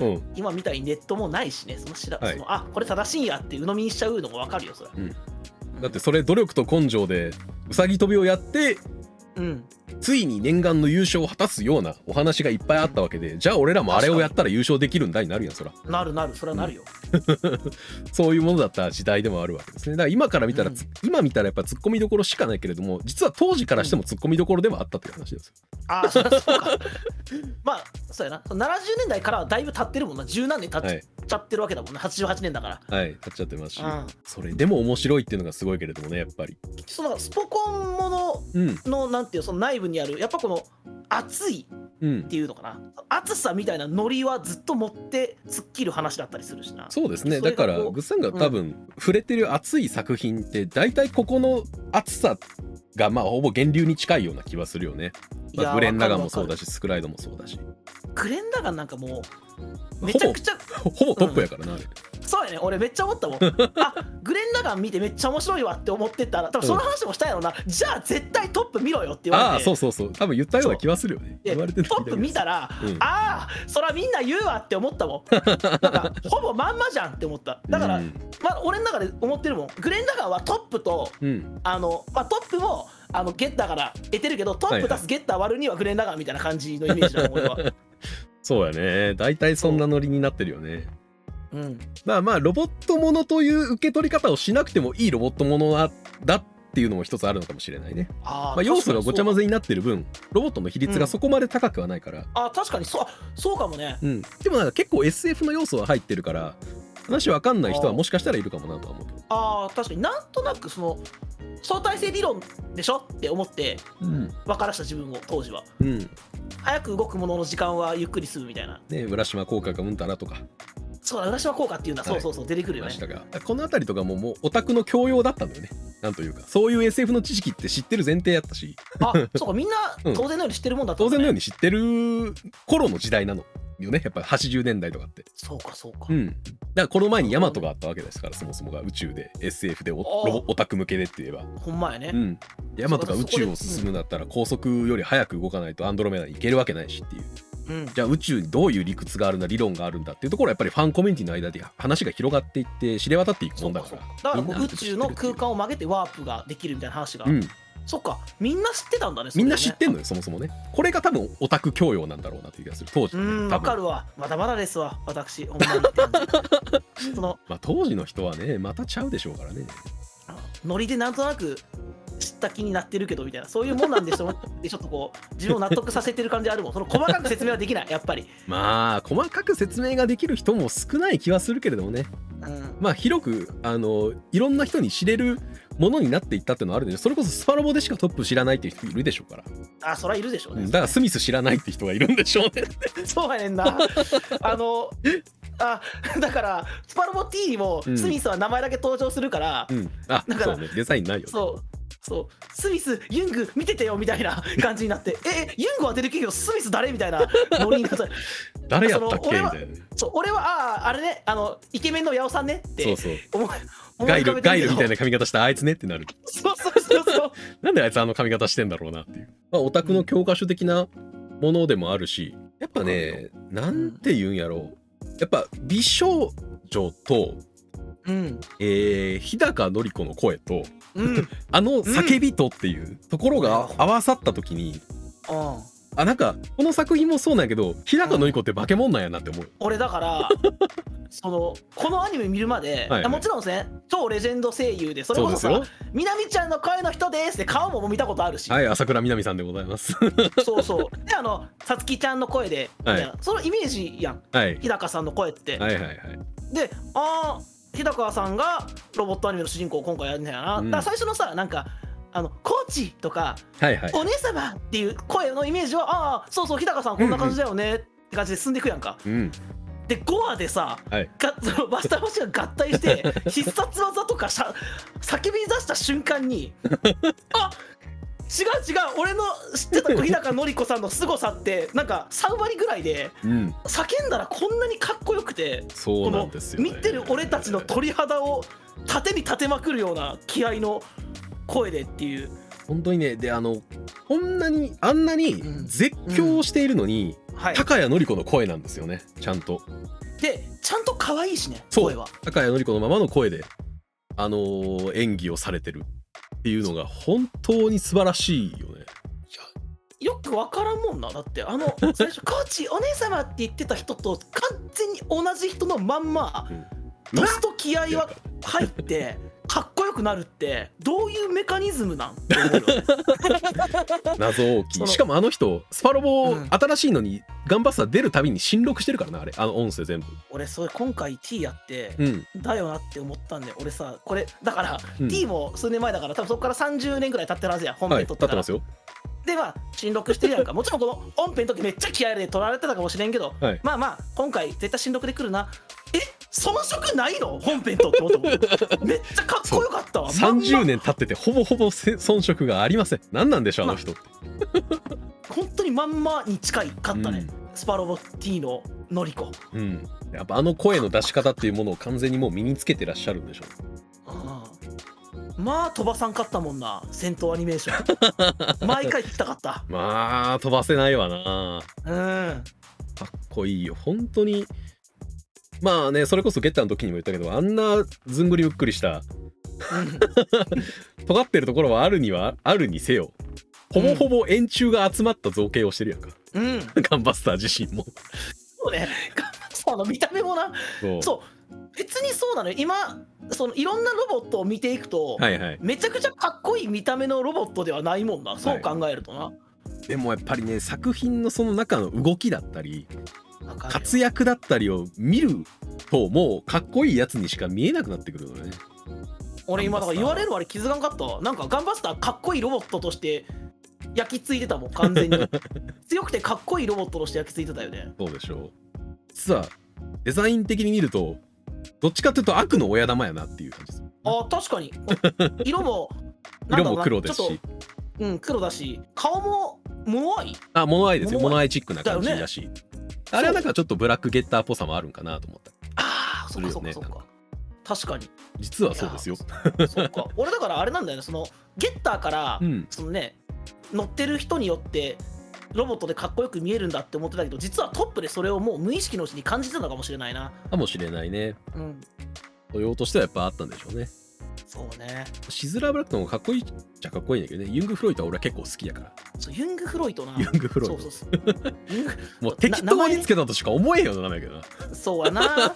Speaker 2: うん、うん
Speaker 1: 今みたいにネットもないしねその知ら、
Speaker 2: はい
Speaker 1: そのあこれ正しいんやって鵜呑みにしちゃうのも分かるよそれ
Speaker 2: だってそれ努力と根性でうさぎ跳びをやって
Speaker 1: うん
Speaker 2: ついに念願の優勝を果たすようなお話がいっぱいあったわけでじゃあ俺らもあれをやったら優勝できるんだになるやんそら
Speaker 1: なるなるそれはなるよ、
Speaker 2: そういうものだった時代でもあるわけですねだから今から見たらつ、今見たらやっぱツッコミどころしかないけれども実は当時からしてもツッコミどころではあったという話ですよ
Speaker 1: あ あそりゃそうかまあそうやな70年代からはだいぶ経ってるもんな十何年経
Speaker 2: は
Speaker 1: っ
Speaker 2: い
Speaker 1: ちゃってるわけだもんね、88年だから
Speaker 2: はい立っちゃってますし、
Speaker 1: うん
Speaker 2: それでも面白いっていうのがすごいけれどもねやっぱり
Speaker 1: そのスポコンもの
Speaker 2: うん
Speaker 1: のなんていうその内部にあるやっぱこの熱い
Speaker 2: うん
Speaker 1: っていうのかな熱さみたいなノリはずっと持って突っ切る話だったりするしな
Speaker 2: そうですね
Speaker 1: それが
Speaker 2: だ
Speaker 1: こ
Speaker 2: か
Speaker 1: う
Speaker 2: らグッさんが多分触れてる熱い作品って大体ここの熱さがまあほぼ源流に近いような気はするよね、
Speaker 1: い
Speaker 2: ま
Speaker 1: や
Speaker 2: あ、
Speaker 1: ー
Speaker 2: グレン・ラガンもそう
Speaker 1: わか
Speaker 2: だ
Speaker 1: る
Speaker 2: しスクライドもそうだし
Speaker 1: わかるグレン・ラガンなんかもう
Speaker 2: ほ
Speaker 1: めちゃ
Speaker 2: ぼ
Speaker 1: くちゃ
Speaker 2: ほぼトップやからな、あれ
Speaker 1: そうやね俺めっちゃ思った もんあグレン・ラガン見てめっちゃ面白いわって思ってたら多分その話もしたやろな、じゃあ絶対トップ見ろよって言われて
Speaker 2: ああそうそうそう多分言ったような気はするよね
Speaker 1: で
Speaker 2: 言われてる
Speaker 1: トップ見たら、
Speaker 2: うん
Speaker 1: ああそらみんな言うわって思 ったもんなんかほぼまんまじゃんって思っただから、
Speaker 2: うん
Speaker 1: まあ、俺の中で思ってるもんグレン・ラガンはトップと
Speaker 2: うん
Speaker 1: あの、まあ、トップもあのゲッターから得てるけどトップ出すゲッター割るにはグレン・ラガンみたいな感じのイメージだもん俺は、
Speaker 2: そうやね大体そんなノリになってるよね
Speaker 1: うん、
Speaker 2: まあまあロボットものという受け取り方をしなくてもいいロボットものだだっていうのも一つあるのかもしれないね、
Speaker 1: あー
Speaker 2: まあ、要素がごちゃ混
Speaker 1: ぜ
Speaker 2: ぜになってる分ロボットの比率がそこまで高くはないから、
Speaker 1: あー確かにそうあそうかもね
Speaker 2: うん、でもなんか結構 SF の要素は入ってるから話わかんない人
Speaker 1: あ
Speaker 2: は
Speaker 1: ー
Speaker 2: もしかしたらいるかもなとは思うけど、
Speaker 1: あー確かになんとなくその相対性理論でしょって思って
Speaker 2: うん
Speaker 1: 分からした自分を当時は
Speaker 2: うん
Speaker 1: 早く動くものの時間はゆっくり済むみたいな
Speaker 2: ね、浦島効果がうんたらとか
Speaker 1: そうだ浦島効果っていうんだ、
Speaker 2: はい
Speaker 1: そうそうそう出てくる
Speaker 2: い
Speaker 1: よ
Speaker 2: ま
Speaker 1: ね
Speaker 2: したが、この辺りとかももうオタクの教養だったんだよねなんというかそういう SF の知識って知ってる前提やったし
Speaker 1: あそうかみんな
Speaker 2: うん
Speaker 1: 当然のように知ってるもんだった
Speaker 2: 当
Speaker 1: んだ
Speaker 2: 然
Speaker 1: ね
Speaker 2: のように知ってる頃の時代なのよねやっぱり80年代とかって
Speaker 1: そうかそうか、
Speaker 2: うんだからこの前にヤマトがあったわけですからそもそもが宇宙で SF でオ
Speaker 1: あー
Speaker 2: ロボオタク向けでって言えば
Speaker 1: ほんまやね、
Speaker 2: うん、ヤマトが
Speaker 1: そう
Speaker 2: 宇
Speaker 1: だそこで
Speaker 2: 宙を進むんだったら高速より早く動かないとアンドロメダに行けるわけないしっていう
Speaker 1: うん
Speaker 2: じゃあ宇宙にどういう理屈があるんだ理論があるんだっていうところはやっぱりファンコミュニティの間で話が広がっていって知れ渡っていく
Speaker 1: そ
Speaker 2: も
Speaker 1: うん
Speaker 2: だ
Speaker 1: かそ
Speaker 2: か
Speaker 1: う
Speaker 2: ら
Speaker 1: かだからこう
Speaker 2: みんな
Speaker 1: 宇宙の空間を曲げてワープができるみたいな話が、
Speaker 2: うん、
Speaker 1: そっかみんな知ってたんだねそれ
Speaker 2: み
Speaker 1: ね
Speaker 2: んな知ってんのよそもそもねこれが多分オタク教養なんだろうなっていう気がする当時
Speaker 1: う
Speaker 2: のね
Speaker 1: ん
Speaker 2: 多
Speaker 1: わか
Speaker 2: 分
Speaker 1: るわまだまだですわ私ほんまにって感 じその
Speaker 2: まあ当時の人はねまたちゃうでしょうからね
Speaker 1: ノリでなんとなく知った気になってるけどみたいなそういうもんなんでしょ でちょっとこう自分を納得させてる感じあるもんその細かく説明はできないやっぱり、
Speaker 2: まあ細かく説明ができる人も少ない気はするけれどもね
Speaker 1: うん、
Speaker 2: まあ広くあのいろんな人に知れるものになっていったっていうのはあるんでねそれこそスパロボでしかトップ知らないっていう人いるでしょうから
Speaker 1: あそりゃいるでしょう
Speaker 2: う
Speaker 1: ね
Speaker 2: んだからスミス知らないって人がいるんでしょうね。
Speaker 1: そうやねんな。あの、あ、だから、スパロボ T も
Speaker 2: うん
Speaker 1: スミスは名前だけ登場するから、
Speaker 2: うん、 あ
Speaker 1: だか
Speaker 2: そ
Speaker 1: ら
Speaker 2: うねデザインないよね。
Speaker 1: そう。そうスミス、ユング見ててよみたい な感じになって、え、ユングは出てくるけど、スミス誰みたいなノリになった
Speaker 2: 誰やったっけ
Speaker 1: その
Speaker 2: み
Speaker 1: 俺
Speaker 2: たい
Speaker 1: は
Speaker 2: なね。
Speaker 1: そう俺は、ああ、あれね、あの、イケメンの八尾さんねっ
Speaker 2: そう
Speaker 1: て
Speaker 2: そう。
Speaker 1: 思い思い
Speaker 2: ガイ
Speaker 1: 浮か
Speaker 2: ル
Speaker 1: べて
Speaker 2: ガイ
Speaker 1: るけ
Speaker 2: ル
Speaker 1: ど
Speaker 2: みたいな髪型したあいつねってなる。
Speaker 1: そうそうそうそう。
Speaker 2: なんであいつあの髪型してんだろうなっていう。まあオタクの教科書的なものでもあるし、やっぱね、なんて言うんやろう。やっぱ美少女と、
Speaker 1: うん。
Speaker 2: えー、日高のり子の声と
Speaker 1: うん。うん。
Speaker 2: あの叫びとっていうところが合わさった時に、あなんかこの作品もそうなんやけど日高のり子って化け物なんやなって思う。
Speaker 1: 俺だから そのこのアニメ見るまで、
Speaker 2: はいはい
Speaker 1: もちろんですね超レジェンド声優でそれこそさ
Speaker 2: そうです
Speaker 1: 「みなみちゃんの声の人です」って顔ももう見たことあるし、
Speaker 2: はい朝倉みなみさんでございます。
Speaker 1: そうそうであのさつきちゃんの声で、
Speaker 2: はい
Speaker 1: みたいなそのイメージやん
Speaker 2: はい
Speaker 1: 日高さんの声って、
Speaker 2: はいはいはい。
Speaker 1: でああ日高さんがロボットアニメの主人公を今回やるんだよな、
Speaker 2: うん
Speaker 1: だから最初のさなんかあのコーチとか、
Speaker 2: はいはい。
Speaker 1: お姉様っていう声のイメージはああそうそう日高さんこんな感じだよねって感じで進んでいくやんか、
Speaker 2: うん。
Speaker 1: で5話でさ、
Speaker 2: はい
Speaker 1: がそのバスターマシンが合体して 必殺技とかしゃ叫び出した瞬間 にあ違う違う俺の知ってた小日高のり子さんの凄さってなんか3割ぐらいで
Speaker 2: うん。
Speaker 1: 叫んだらこんなにかっこよくて
Speaker 2: そうなんですよ、ね。
Speaker 1: 見てる俺たちの鳥肌を縦に立てまくるような気合の声でっていう
Speaker 2: 本当にね、で、あの、こんなに、あんなに
Speaker 1: うん
Speaker 2: 絶叫をしているのに、
Speaker 1: はい
Speaker 2: 高谷のり子の声なんですよね、ちゃんと。
Speaker 1: でちゃんと可愛いしね
Speaker 2: そう
Speaker 1: 声は
Speaker 2: 高谷のり子のままの声で、あのー演技をされてるっていうのが、本当に素晴らしいよね。
Speaker 1: って分からんもんなだって あの最初「コーチお姉様」って言ってた人と完全に同じ人のまんま
Speaker 2: うん
Speaker 1: ドスと気合は入ってかっこよくなるってどういうメカニズムなん って思うよね
Speaker 2: 謎大き
Speaker 1: そ
Speaker 2: い
Speaker 1: の
Speaker 2: しかもあの人スパロボ、
Speaker 1: うん
Speaker 2: 新しいのにガンバスター出るたびに新録してるからなあれあの音声全部
Speaker 1: 俺それ今回 T やって、
Speaker 2: うん
Speaker 1: だよなって思ったんで俺さこれだから、
Speaker 2: うん
Speaker 1: T も数年前だから多分そこから30年ぐらい経ってるはずや本
Speaker 2: は
Speaker 1: 編
Speaker 2: い
Speaker 1: 撮
Speaker 2: 立
Speaker 1: っか
Speaker 2: ってて
Speaker 1: ら、
Speaker 2: ますよ
Speaker 1: でまあ新録してる やんかもちろんこの本編の時めっちゃ気合で撮られてたかもしれんけど、
Speaker 2: はい
Speaker 1: まあまあ今回絶対新録で来るなえその色ないの本編とって思ったもんめっちゃかっこよかった わ
Speaker 2: 30
Speaker 1: まん
Speaker 2: 年経っててほぼほぼせ遜色がありません何なんでしょうあの人って、
Speaker 1: ま本当にまんまに近いかったね、
Speaker 2: うん
Speaker 1: スパロボ T ののりこ
Speaker 2: うん、やっぱあの声の出し方っていうものを完全にもう身につけてらっしゃるんでしょ
Speaker 1: うんまあ飛ばさんかったもんな戦闘アニメーショ ン毎回聞きたかった
Speaker 2: うまあ飛ばせないわな
Speaker 1: うん
Speaker 2: かっこいいよ本当にまあねそれこそゲッターの時にも言ったけどあんなずんぐりむっくりした
Speaker 1: うん
Speaker 2: 尖ってるところはあるにはあるにせよほぼほぼ円柱が集まった造形をしてるやんか、
Speaker 1: うん、そ
Speaker 2: ガンバスター自身も
Speaker 1: う ね、ガンマさんの見た目もな、
Speaker 2: そう
Speaker 1: そう、別にそうなのよ、今、そのいろんなロボットを見ていくと、
Speaker 2: はいはい
Speaker 1: めちゃくちゃかっこいい見た目のロボットではないもんな、そう考えるとな。
Speaker 2: でもやっぱりね作品のその中の動きだったり
Speaker 1: わかるよ
Speaker 2: 活躍だったりを見るともうかっこいいやつにしか見えなくなってくるのよね
Speaker 1: 俺、今、だから
Speaker 2: ガン
Speaker 1: 言われ
Speaker 2: バスター
Speaker 1: る割気づかんかったわ、なんかガンバスター、かっこいいロボットとして焼き付いてたもん、完 全に。強くてかっこいいロボットとして焼き付いてたよね。
Speaker 2: そうでしょう実はデザイン的に見るとどっちかというと悪の親玉やなっていう感じです
Speaker 1: あー確かに。 色も、なんだろう
Speaker 2: 色も
Speaker 1: な
Speaker 2: 黒です
Speaker 1: ちょっ
Speaker 2: し
Speaker 1: とうん、黒だし、顔も、もわい。
Speaker 2: あ物合いですよ
Speaker 1: 物合い
Speaker 2: 物合いチックな感じだしあれはなんかちょっとブラックゲッターっぽさもあるんかなと思った
Speaker 1: ああ、そっかそっか
Speaker 2: す
Speaker 1: そ
Speaker 2: る
Speaker 1: っ
Speaker 2: よね
Speaker 1: か。確かに。
Speaker 2: 実は そうですよ
Speaker 1: そっか俺だからあれなんだよねそのゲッターから、
Speaker 2: うん
Speaker 1: そのね乗ってる人によってロボットでかっこよく見えるんだって思ってたけど実はトップでそれをもう無意識のうちに感じてたのかもしれないな
Speaker 2: かもしれないね
Speaker 1: うん
Speaker 2: 素養としてはやっぱあったんでしょうね
Speaker 1: そうね
Speaker 2: シズラーブラックの方がかっこいいっちゃかっこいいんだけどねユング・フロイトは俺は結構好きやから
Speaker 1: そうユング・フロイトな
Speaker 2: ユング・フロイト
Speaker 1: そうそうそうユング
Speaker 2: もう適当につけたとしか思えんような名前やけどな
Speaker 1: そうやな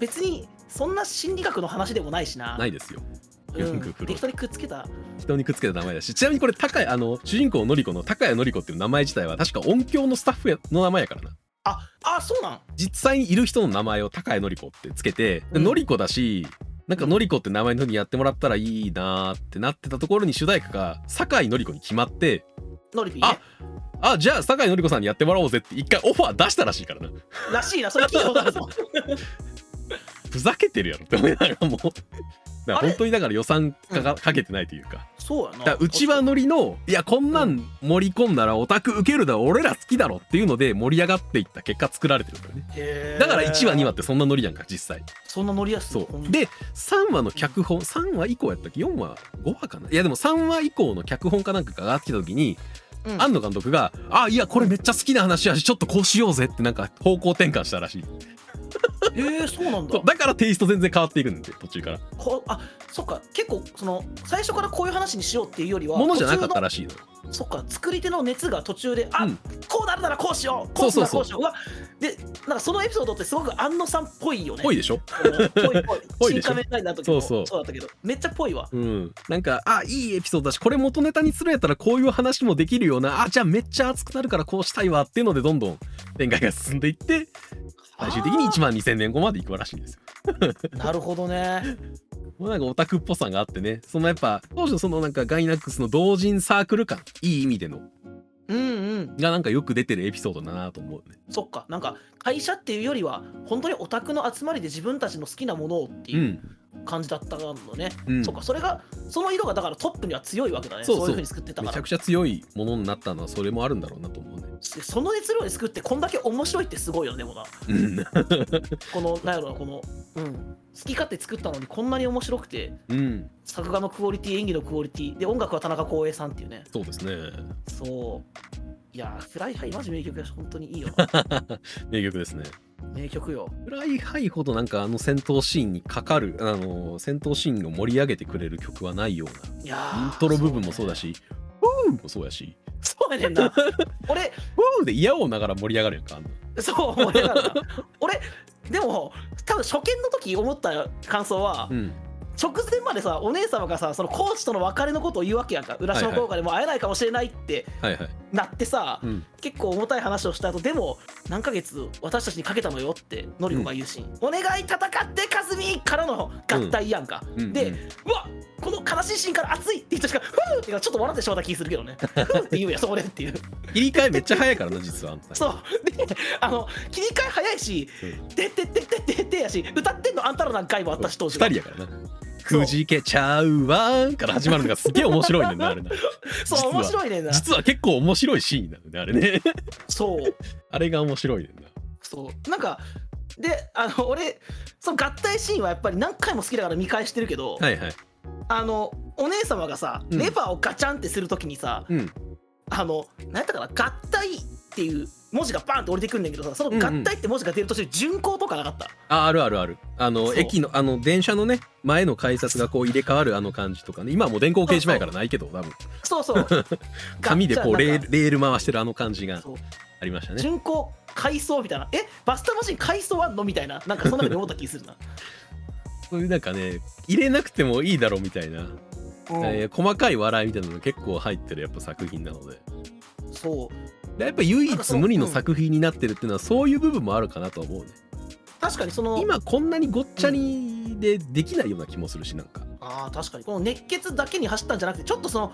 Speaker 1: 別にそんな心理学の話でもないしな
Speaker 2: ないですよ
Speaker 1: うん
Speaker 2: ユング・フロ
Speaker 1: 適
Speaker 2: イト
Speaker 1: 当にくっつけた
Speaker 2: 適当にくっつけた名前だしちなみにこれ高谷あの主人公のりこの高谷のりこっていう名前自体は確か音響のスタッフやの名前やからな
Speaker 1: ああそうなん
Speaker 2: 実際にいる人の名前を高谷のりこってつけて、で
Speaker 1: うん
Speaker 2: のりこだしなんかのりこって名前の風にやってもらったらいいなーってなってたところに主題歌が酒井のりこに決まって
Speaker 1: ノリピーね
Speaker 2: あじゃあ酒井のりこさんにやってもらおうぜって一回オファー出したらしいからな
Speaker 1: らしいなそれ聞いたことある
Speaker 2: ふざけてるやろって思いながらもうだから
Speaker 1: あれ
Speaker 2: 本当にだから予算かかかけてないというか
Speaker 1: そうや
Speaker 2: だか
Speaker 1: な
Speaker 2: らうちわノリのいやこんなん盛り込んだらオタク受けるだろ俺ら好きだろっていうので盛り上がっていった結果作られてるんだよね
Speaker 1: へー
Speaker 2: だから1話2話ってそんなノリやんか実際
Speaker 1: そんな乗りやすい
Speaker 2: そうで3話の脚本3話以降やったっけ4話5話かないやでも3話以降の脚本かなんかが上がってきた時に
Speaker 1: うん
Speaker 2: 庵野監督が「あいやこれめっちゃ好きな話やしちょっとこうしようぜ」ってなんか方向転換したらしい
Speaker 1: えー、そうなんだ
Speaker 2: そうだからテイスト全然変わっていくんで途中から
Speaker 1: こあそっか結構その最初からこういう話にしようっていうよりは
Speaker 2: ものじゃなかっ
Speaker 1: 途中
Speaker 2: た
Speaker 1: の
Speaker 2: らしいのよ
Speaker 1: そっか作り手の熱が途中であ、
Speaker 2: うん
Speaker 1: こうなるならこうしようこうするなら
Speaker 2: そ
Speaker 1: こ
Speaker 2: う
Speaker 1: う
Speaker 2: そう
Speaker 1: しよううわでなんかそのエピソードってすごく安野さんっぽいよね
Speaker 2: ぽい
Speaker 1: で
Speaker 2: でしょ
Speaker 1: ぽいぽい
Speaker 2: ぽい
Speaker 1: 新
Speaker 2: でしょ
Speaker 1: 仮面ライダーの時も
Speaker 2: そうそう
Speaker 1: だったけどめっちゃぽいわ
Speaker 2: うん、なんかあいいエピソードだしこれ元ネタにするやったらこういう話もできるようなあじゃあめっちゃ熱くなるからこうしたいわっていうのでどんどん展開が進んでいって最終的に1万2000年後までいくらしいんですよ。
Speaker 1: あーなるほどね
Speaker 2: もうなんかオタクっぽさがあってねそのやっぱ当時のそのなんかガイナックスの同人サークル感いい意味での
Speaker 1: うんうん
Speaker 2: がなんかよく出てるエピソードだなと思うね。
Speaker 1: そっかなんか会社っていうよりは本当にオタクの集まりで自分たちの好きなものをって
Speaker 2: う
Speaker 1: いうん感じだったのね、
Speaker 2: うん、
Speaker 1: そっかそれがその色がだからトップには強いわけだねそ
Speaker 2: そ
Speaker 1: うう
Speaker 2: そう
Speaker 1: いうふうに作ってた
Speaker 2: め
Speaker 1: か
Speaker 2: ち
Speaker 1: ら
Speaker 2: ゃくちゃ強いものになったのはそれもあるんだろうなと思うね。
Speaker 1: その熱量に救ってこんだけ面白いってすごいよねでもな
Speaker 2: うん
Speaker 1: このなんやろなこの、うん、好き勝手作ったのにこんなに面白くて
Speaker 2: うん、
Speaker 1: 作画のクオリティ演技のクオリティで音楽は田中光栄さんっていうね
Speaker 2: そうですね。
Speaker 1: そういやーフライハイマジ名曲やし本当にいいよ な
Speaker 2: 名曲ですね。
Speaker 1: 名曲よ
Speaker 2: フライハイほどなんかあの戦闘シーンにかかるあの戦闘シーンを盛り上げてくれる曲はないよう
Speaker 1: いや
Speaker 2: なイ
Speaker 1: ー
Speaker 2: ントロ部分もそうだし「ウー!」もそうやし
Speaker 1: そうやねんな俺
Speaker 2: ウーで嫌をながら盛り上がるやんかあんな
Speaker 1: そう俺なんだ俺でも多分初見の時思った感想は、
Speaker 2: うん
Speaker 1: 直前までさお姉様がさそのコーチとの別れのことを言うわけやんか浦島効果でもう会えないかもしれないって
Speaker 2: はいはい
Speaker 1: なってさ、
Speaker 2: うん
Speaker 1: 結構重たい話をした後でも何ヶ月私たちにかけたのよってのりこが言うシーン、お願い戦ってかずみからの合体やんか、
Speaker 2: うん
Speaker 1: で、
Speaker 2: う
Speaker 1: うんわこの悲しいシーンから熱いって人しかふうってかちょっと笑ってしまった気するけどねふうって言うやんそこでって いう
Speaker 2: 切り替えめっちゃ早いからな実はあんた
Speaker 1: そうであの切り替え早いし
Speaker 2: うん
Speaker 1: 「てってってってってって」やし歌ってんのあんたら何回もあったし当時
Speaker 2: 2人やからな「くじけちゃうわん」から始まるのがすげえ面白いねんなあれな
Speaker 1: そう面白いねんな
Speaker 2: 実は結構面白いシーンなのねあれ ね
Speaker 1: そう
Speaker 2: あれが面白いねんな
Speaker 1: そうなんかであの俺その合体シーンはやっぱり何回も好きだから見返してるけど、
Speaker 2: はいはい
Speaker 1: あのお姉様がさ、
Speaker 2: うん
Speaker 1: レバーをガチャンってするときにさ
Speaker 2: うん
Speaker 1: あの何やったかな合体っていう文字がバーンって降りてくんねんけどさその合体って文字が出る途中に巡航とかなかった、
Speaker 2: ああるあるあるあの
Speaker 1: そう
Speaker 2: 駅のあの電車のね前の改札がこう入れ替わるあの感じとかね今はもう電光掲示板やからないけど多分
Speaker 1: そう そう
Speaker 2: 紙でこうレ
Speaker 1: ガ
Speaker 2: ー
Speaker 1: チャンなんか
Speaker 2: ルレール回してるあの感じが
Speaker 1: そう
Speaker 2: ありましたね
Speaker 1: 巡航回送みたいなえバスターマシン回送あんのみたいななんかそんな風に思った気するな、
Speaker 2: そういうなんかね入れなくてもいいだろうみたいな、
Speaker 1: うん
Speaker 2: えー細かい笑いみたいなのが結構入ってるやっぱ作品なので
Speaker 1: そう
Speaker 2: でやっぱ唯
Speaker 1: なんか
Speaker 2: 一
Speaker 1: そう
Speaker 2: 無二の作品になってるっていうのはそういう部分もあるかなとは思うね
Speaker 1: 確かにその
Speaker 2: 今こんなにごっちゃにでできないような気もするしなんか
Speaker 1: あー確かにこの熱血だけに走ったんじゃなくてちょっとその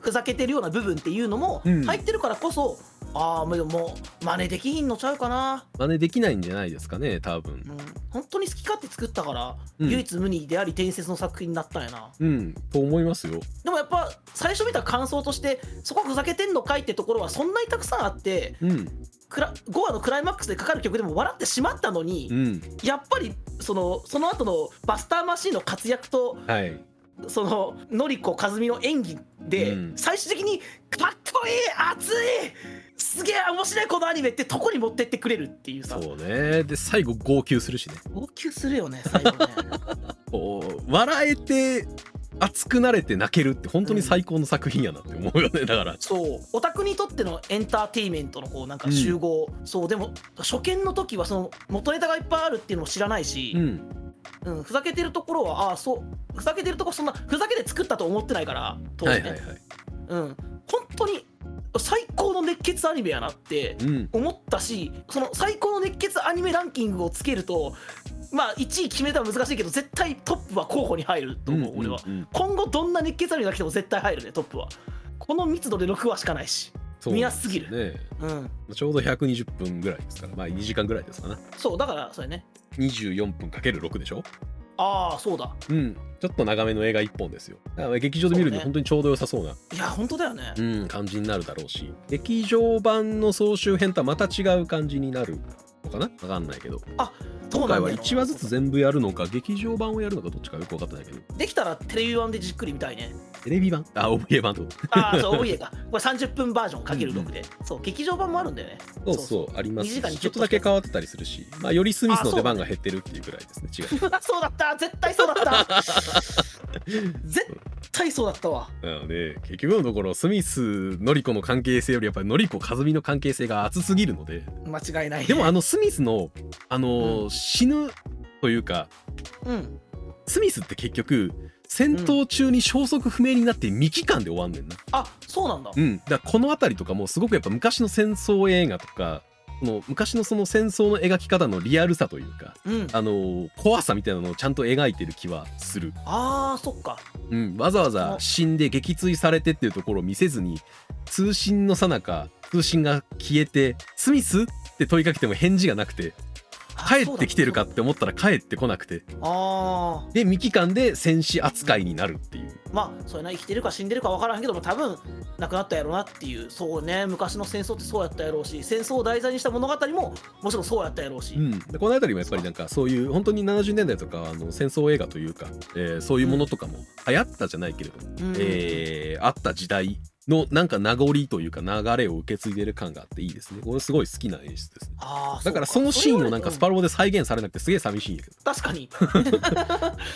Speaker 1: ふざけてるような部分っていうのも
Speaker 2: うん
Speaker 1: 入ってるからこそ、ああもうもう真似できひんのちゃうかな
Speaker 2: 真似できないんじゃないですかね多分
Speaker 1: うん、本当に好き勝手作ったから、
Speaker 2: うん
Speaker 1: 唯一無二であり伝説の作品になったんやな
Speaker 2: うんと思いますよ
Speaker 1: でもやっぱ最初見た感想としてそこふざけてんのかいってところはそんなにたくさんあって
Speaker 2: うん
Speaker 1: クラ5話のクライマックスでかかる曲でも笑ってしまったのに、
Speaker 2: うん
Speaker 1: やっぱりそのその後のバスターマシーンの活躍と
Speaker 2: はい
Speaker 1: そののりこかずみの演技で、
Speaker 2: うん
Speaker 1: 最終的にかっこいい熱いすげえ面白いこのアニメってとこに持ってってくれるっていうさ
Speaker 2: そうねで最後号泣するしね
Speaker 1: 号泣するよね最後 ね
Speaker 2: こう笑えて熱くなれて泣けるって本当に最高の作品やなって思うよねだから
Speaker 1: そうオタクにとってのエンターテインメントのこうなんか集合、そうでも初見の時はその元ネタがいっぱいあるっていうのも知らないし、
Speaker 2: うん
Speaker 1: うん、ふざけてるところはああそうふざけてるとこそんなふざけて作ったと思ってないから当
Speaker 2: は
Speaker 1: 時
Speaker 2: い
Speaker 1: ね、
Speaker 2: はいはい
Speaker 1: うん本当に最高の熱血アニメやなって
Speaker 2: うん
Speaker 1: 思ったしその最高の熱血アニメランキングをつけるとまあ1位決めたら難しいけど絶対トップは候補に入ると思う、俺は
Speaker 2: うんうん
Speaker 1: 今後どんな熱血アニメが来ても絶対入るねトップはこの密度で6話しかないし
Speaker 2: そう
Speaker 1: 見やすすぎる
Speaker 2: ね
Speaker 1: うん
Speaker 2: ちょうど120分ぐらいですからまあ2時間ぐらいですかな
Speaker 1: そうだからそれね
Speaker 2: 24分かける6でしょ
Speaker 1: ああそうだ
Speaker 2: うんちょっと長めの映画1本ですよだから劇場で見るには
Speaker 1: そうね
Speaker 2: 本当にちょうど良さそうない
Speaker 1: や本当だよね
Speaker 2: うん、感じになるだろうし劇場版の総集編とはまた違う感じになるのかな分かんないけど
Speaker 1: 今
Speaker 2: 今回は1話ずつ全部やるのか劇場版をやるのかどっちかよく分かってないけど
Speaker 1: できたらテレビ版でじっくり見たいね
Speaker 2: テレビ版あ OVA 版と
Speaker 1: ああそう OVA かこれ30分バージョンかける6で、そう劇場版もあるんだよね
Speaker 2: そうそうあります
Speaker 1: 2時間
Speaker 2: し
Speaker 1: に
Speaker 2: ちょっとだけ変わってたりするし、まあ、よりスミス
Speaker 1: あ
Speaker 2: の
Speaker 1: そう
Speaker 2: 出番が減ってるっていうぐらいですね違う
Speaker 1: あ そうだった絶対そうだった 絶対そうだったわ
Speaker 2: なので結局のところスミスのりこの関係性よりやっぱりのりこかずみの関係性が厚すぎるので
Speaker 1: 間違いない
Speaker 2: でもあのスミスのあの、死ぬというか
Speaker 1: うん
Speaker 2: スミスって結局戦闘中に消息不明になって未期間で終わんねんな、
Speaker 1: あそうなんだ
Speaker 2: うん、だからこの辺りとかもすごくやっぱ昔の戦争映画とかその昔のその戦争の描き方のリアルさというか、
Speaker 1: うん
Speaker 2: あのー怖さみたいなのをちゃんと描いてる気はする、
Speaker 1: あーそっか
Speaker 2: うん、わざわざ死んで撃墜されてっていうところを見せずに通信の最中通信が消えて「スミス?」って問いかけても返事がなくて
Speaker 1: あ
Speaker 2: 帰ってきてるか
Speaker 1: そ
Speaker 2: っ
Speaker 1: う
Speaker 2: て思ったら帰ってこなくて
Speaker 1: だあ
Speaker 2: で未期間で戦死扱いになるっていう。
Speaker 1: ーまあそれな生きてるか死んでるか分からんけども多分亡くなったやろうなっていうそうね昔の戦争ってそうやったやろうし戦争を題材にした物語ももちろんそうやったやろうし、
Speaker 2: うん、でこの辺りもやっぱりなんかそういう本当に70年代とかはあの戦争映画というか、えーそういうものとかも流行ったじゃないけれども、
Speaker 1: うん
Speaker 2: えーあった時代のなんか名残というか流れを受け継いでる感があっていいですねこれすごい好きな演出ですね
Speaker 1: あー
Speaker 2: だからそのシーンをなんかスパ
Speaker 1: ル
Speaker 2: ロボで再現されなくてすげえ寂しいんやけど
Speaker 1: 確かに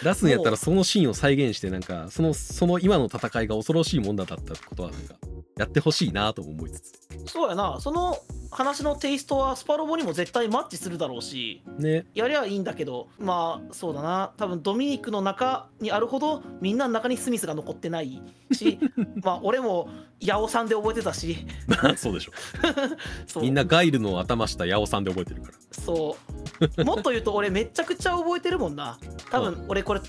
Speaker 2: 出すんやったらそのシーンを再現してなんかそのその今の戦いが恐ろしいもんだったってことはなんかやってほしいなとも思いつつ
Speaker 1: そうやなその話のテイストはスパロボにも絶対マッチするだろうし
Speaker 2: ね
Speaker 1: やりゃいいんだけどまあそうだな多分ドミニクの中にあるほどみんなの中にスミスが残ってない しまあ俺も八尾さんで覚えてたし
Speaker 2: まあ そうでしょ
Speaker 1: そう
Speaker 2: みんなガイルの頭下八尾さんで覚えてるから
Speaker 1: そうもっと言うと俺めちゃくちゃ覚えてるもんな多分俺これ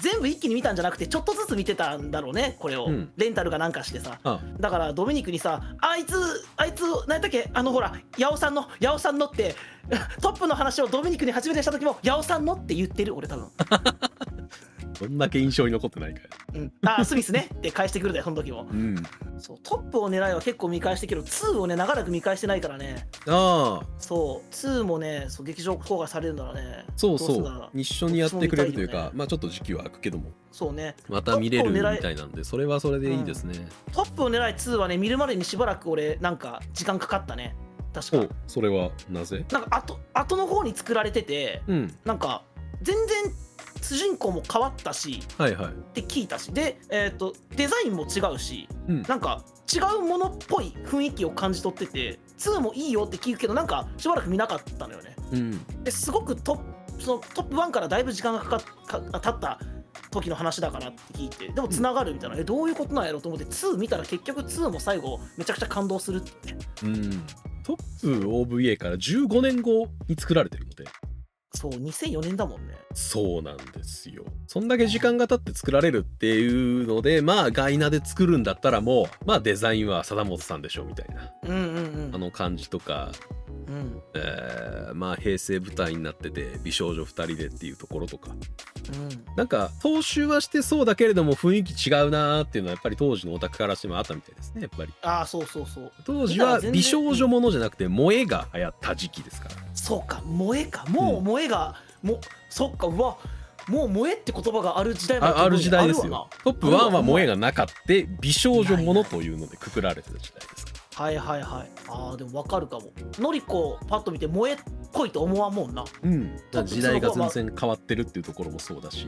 Speaker 1: 全部一気に見たんじゃなくてちょっとずつ見てたんだろうねこれを、
Speaker 2: うん
Speaker 1: レンタルかなんかしてさ
Speaker 2: あ
Speaker 1: だからドミニクにさあいつあいつ何やったっけあのほら八尾さんの八尾さんのってトップの話をドミニクに初めてした時も八尾さんのって言ってる俺多分、
Speaker 2: どんだけ印象に残ってないかよ
Speaker 1: うん、あスミスねって返してくるだよその時も
Speaker 2: うん
Speaker 1: そうトップを狙いは結構見返してるけど2をね長らく見返してないからね
Speaker 2: ああ
Speaker 1: そう2もねそう劇場公開されるならね
Speaker 2: そ
Speaker 1: ど
Speaker 2: う
Speaker 1: う
Speaker 2: そ
Speaker 1: すんだろ
Speaker 2: う一緒にやってくれるという
Speaker 1: どうすんだ
Speaker 2: か
Speaker 1: ろ
Speaker 2: まあちょっと時期は空くけども
Speaker 1: そうね
Speaker 2: また見れるみ
Speaker 1: ちょっと狙い
Speaker 2: たいなんでそれはそれでいいですね、
Speaker 1: トップを狙い2はね見るまでにしばらく俺なんか時間かかったね確
Speaker 2: お
Speaker 1: か
Speaker 2: それはなぜ
Speaker 1: なんか後後の方に作られてて
Speaker 2: うん
Speaker 1: なんか全然主人公も変わったし
Speaker 2: はいはい
Speaker 1: って聞いたしで、えー、とデザインも違うし
Speaker 2: うん
Speaker 1: なんか違うものっぽい雰囲気を感じ取ってて2もいいよって聞くけどなんかしばらく見なかったのよね
Speaker 2: うん
Speaker 1: ですごくトップそのトップ1からだいぶ時間がかかか経った時の話だからって聞いてでもつながるみたいな、えどういうことなんやろうと思って2見たら結局2も最後めちゃくちゃ感動するって
Speaker 2: うんトップ OVA から15年後に作られてるので
Speaker 1: そう2004年だもんね
Speaker 2: そうなんですよそんだけ時間が経って作られるっていうのでまあガイナで作るんだったらもうまあデザインは貞本さんでしょうみたいな
Speaker 1: うんうんう
Speaker 2: あ
Speaker 1: ん
Speaker 2: の感じとか、
Speaker 1: うん
Speaker 2: えーまあ平成舞台になってて美少女2人でっていうところとか
Speaker 1: うん
Speaker 2: なんか踏襲はしてそうだけれども雰囲気違うなーっていうのはやっぱり当時のオタクからしてもあったみたいですねやっぱり
Speaker 1: ああそうそうそう
Speaker 2: 当時は美少女ものじゃなくて萌えが流行った時期ですから
Speaker 1: そうか萌えかもう萌えが、もうそっかうわもう萌えって言葉がある時代まで
Speaker 2: あある時代です
Speaker 1: あるわ
Speaker 2: よトップ1は萌えがなかって美少女ものというのでくくられてた時代ですか
Speaker 1: なはいはいはいああでもわかるかものりこパッと見て萌えっぽいと思わんもんな
Speaker 2: うん
Speaker 1: トップ
Speaker 2: 時代が全然変わってるっていうところもそうだし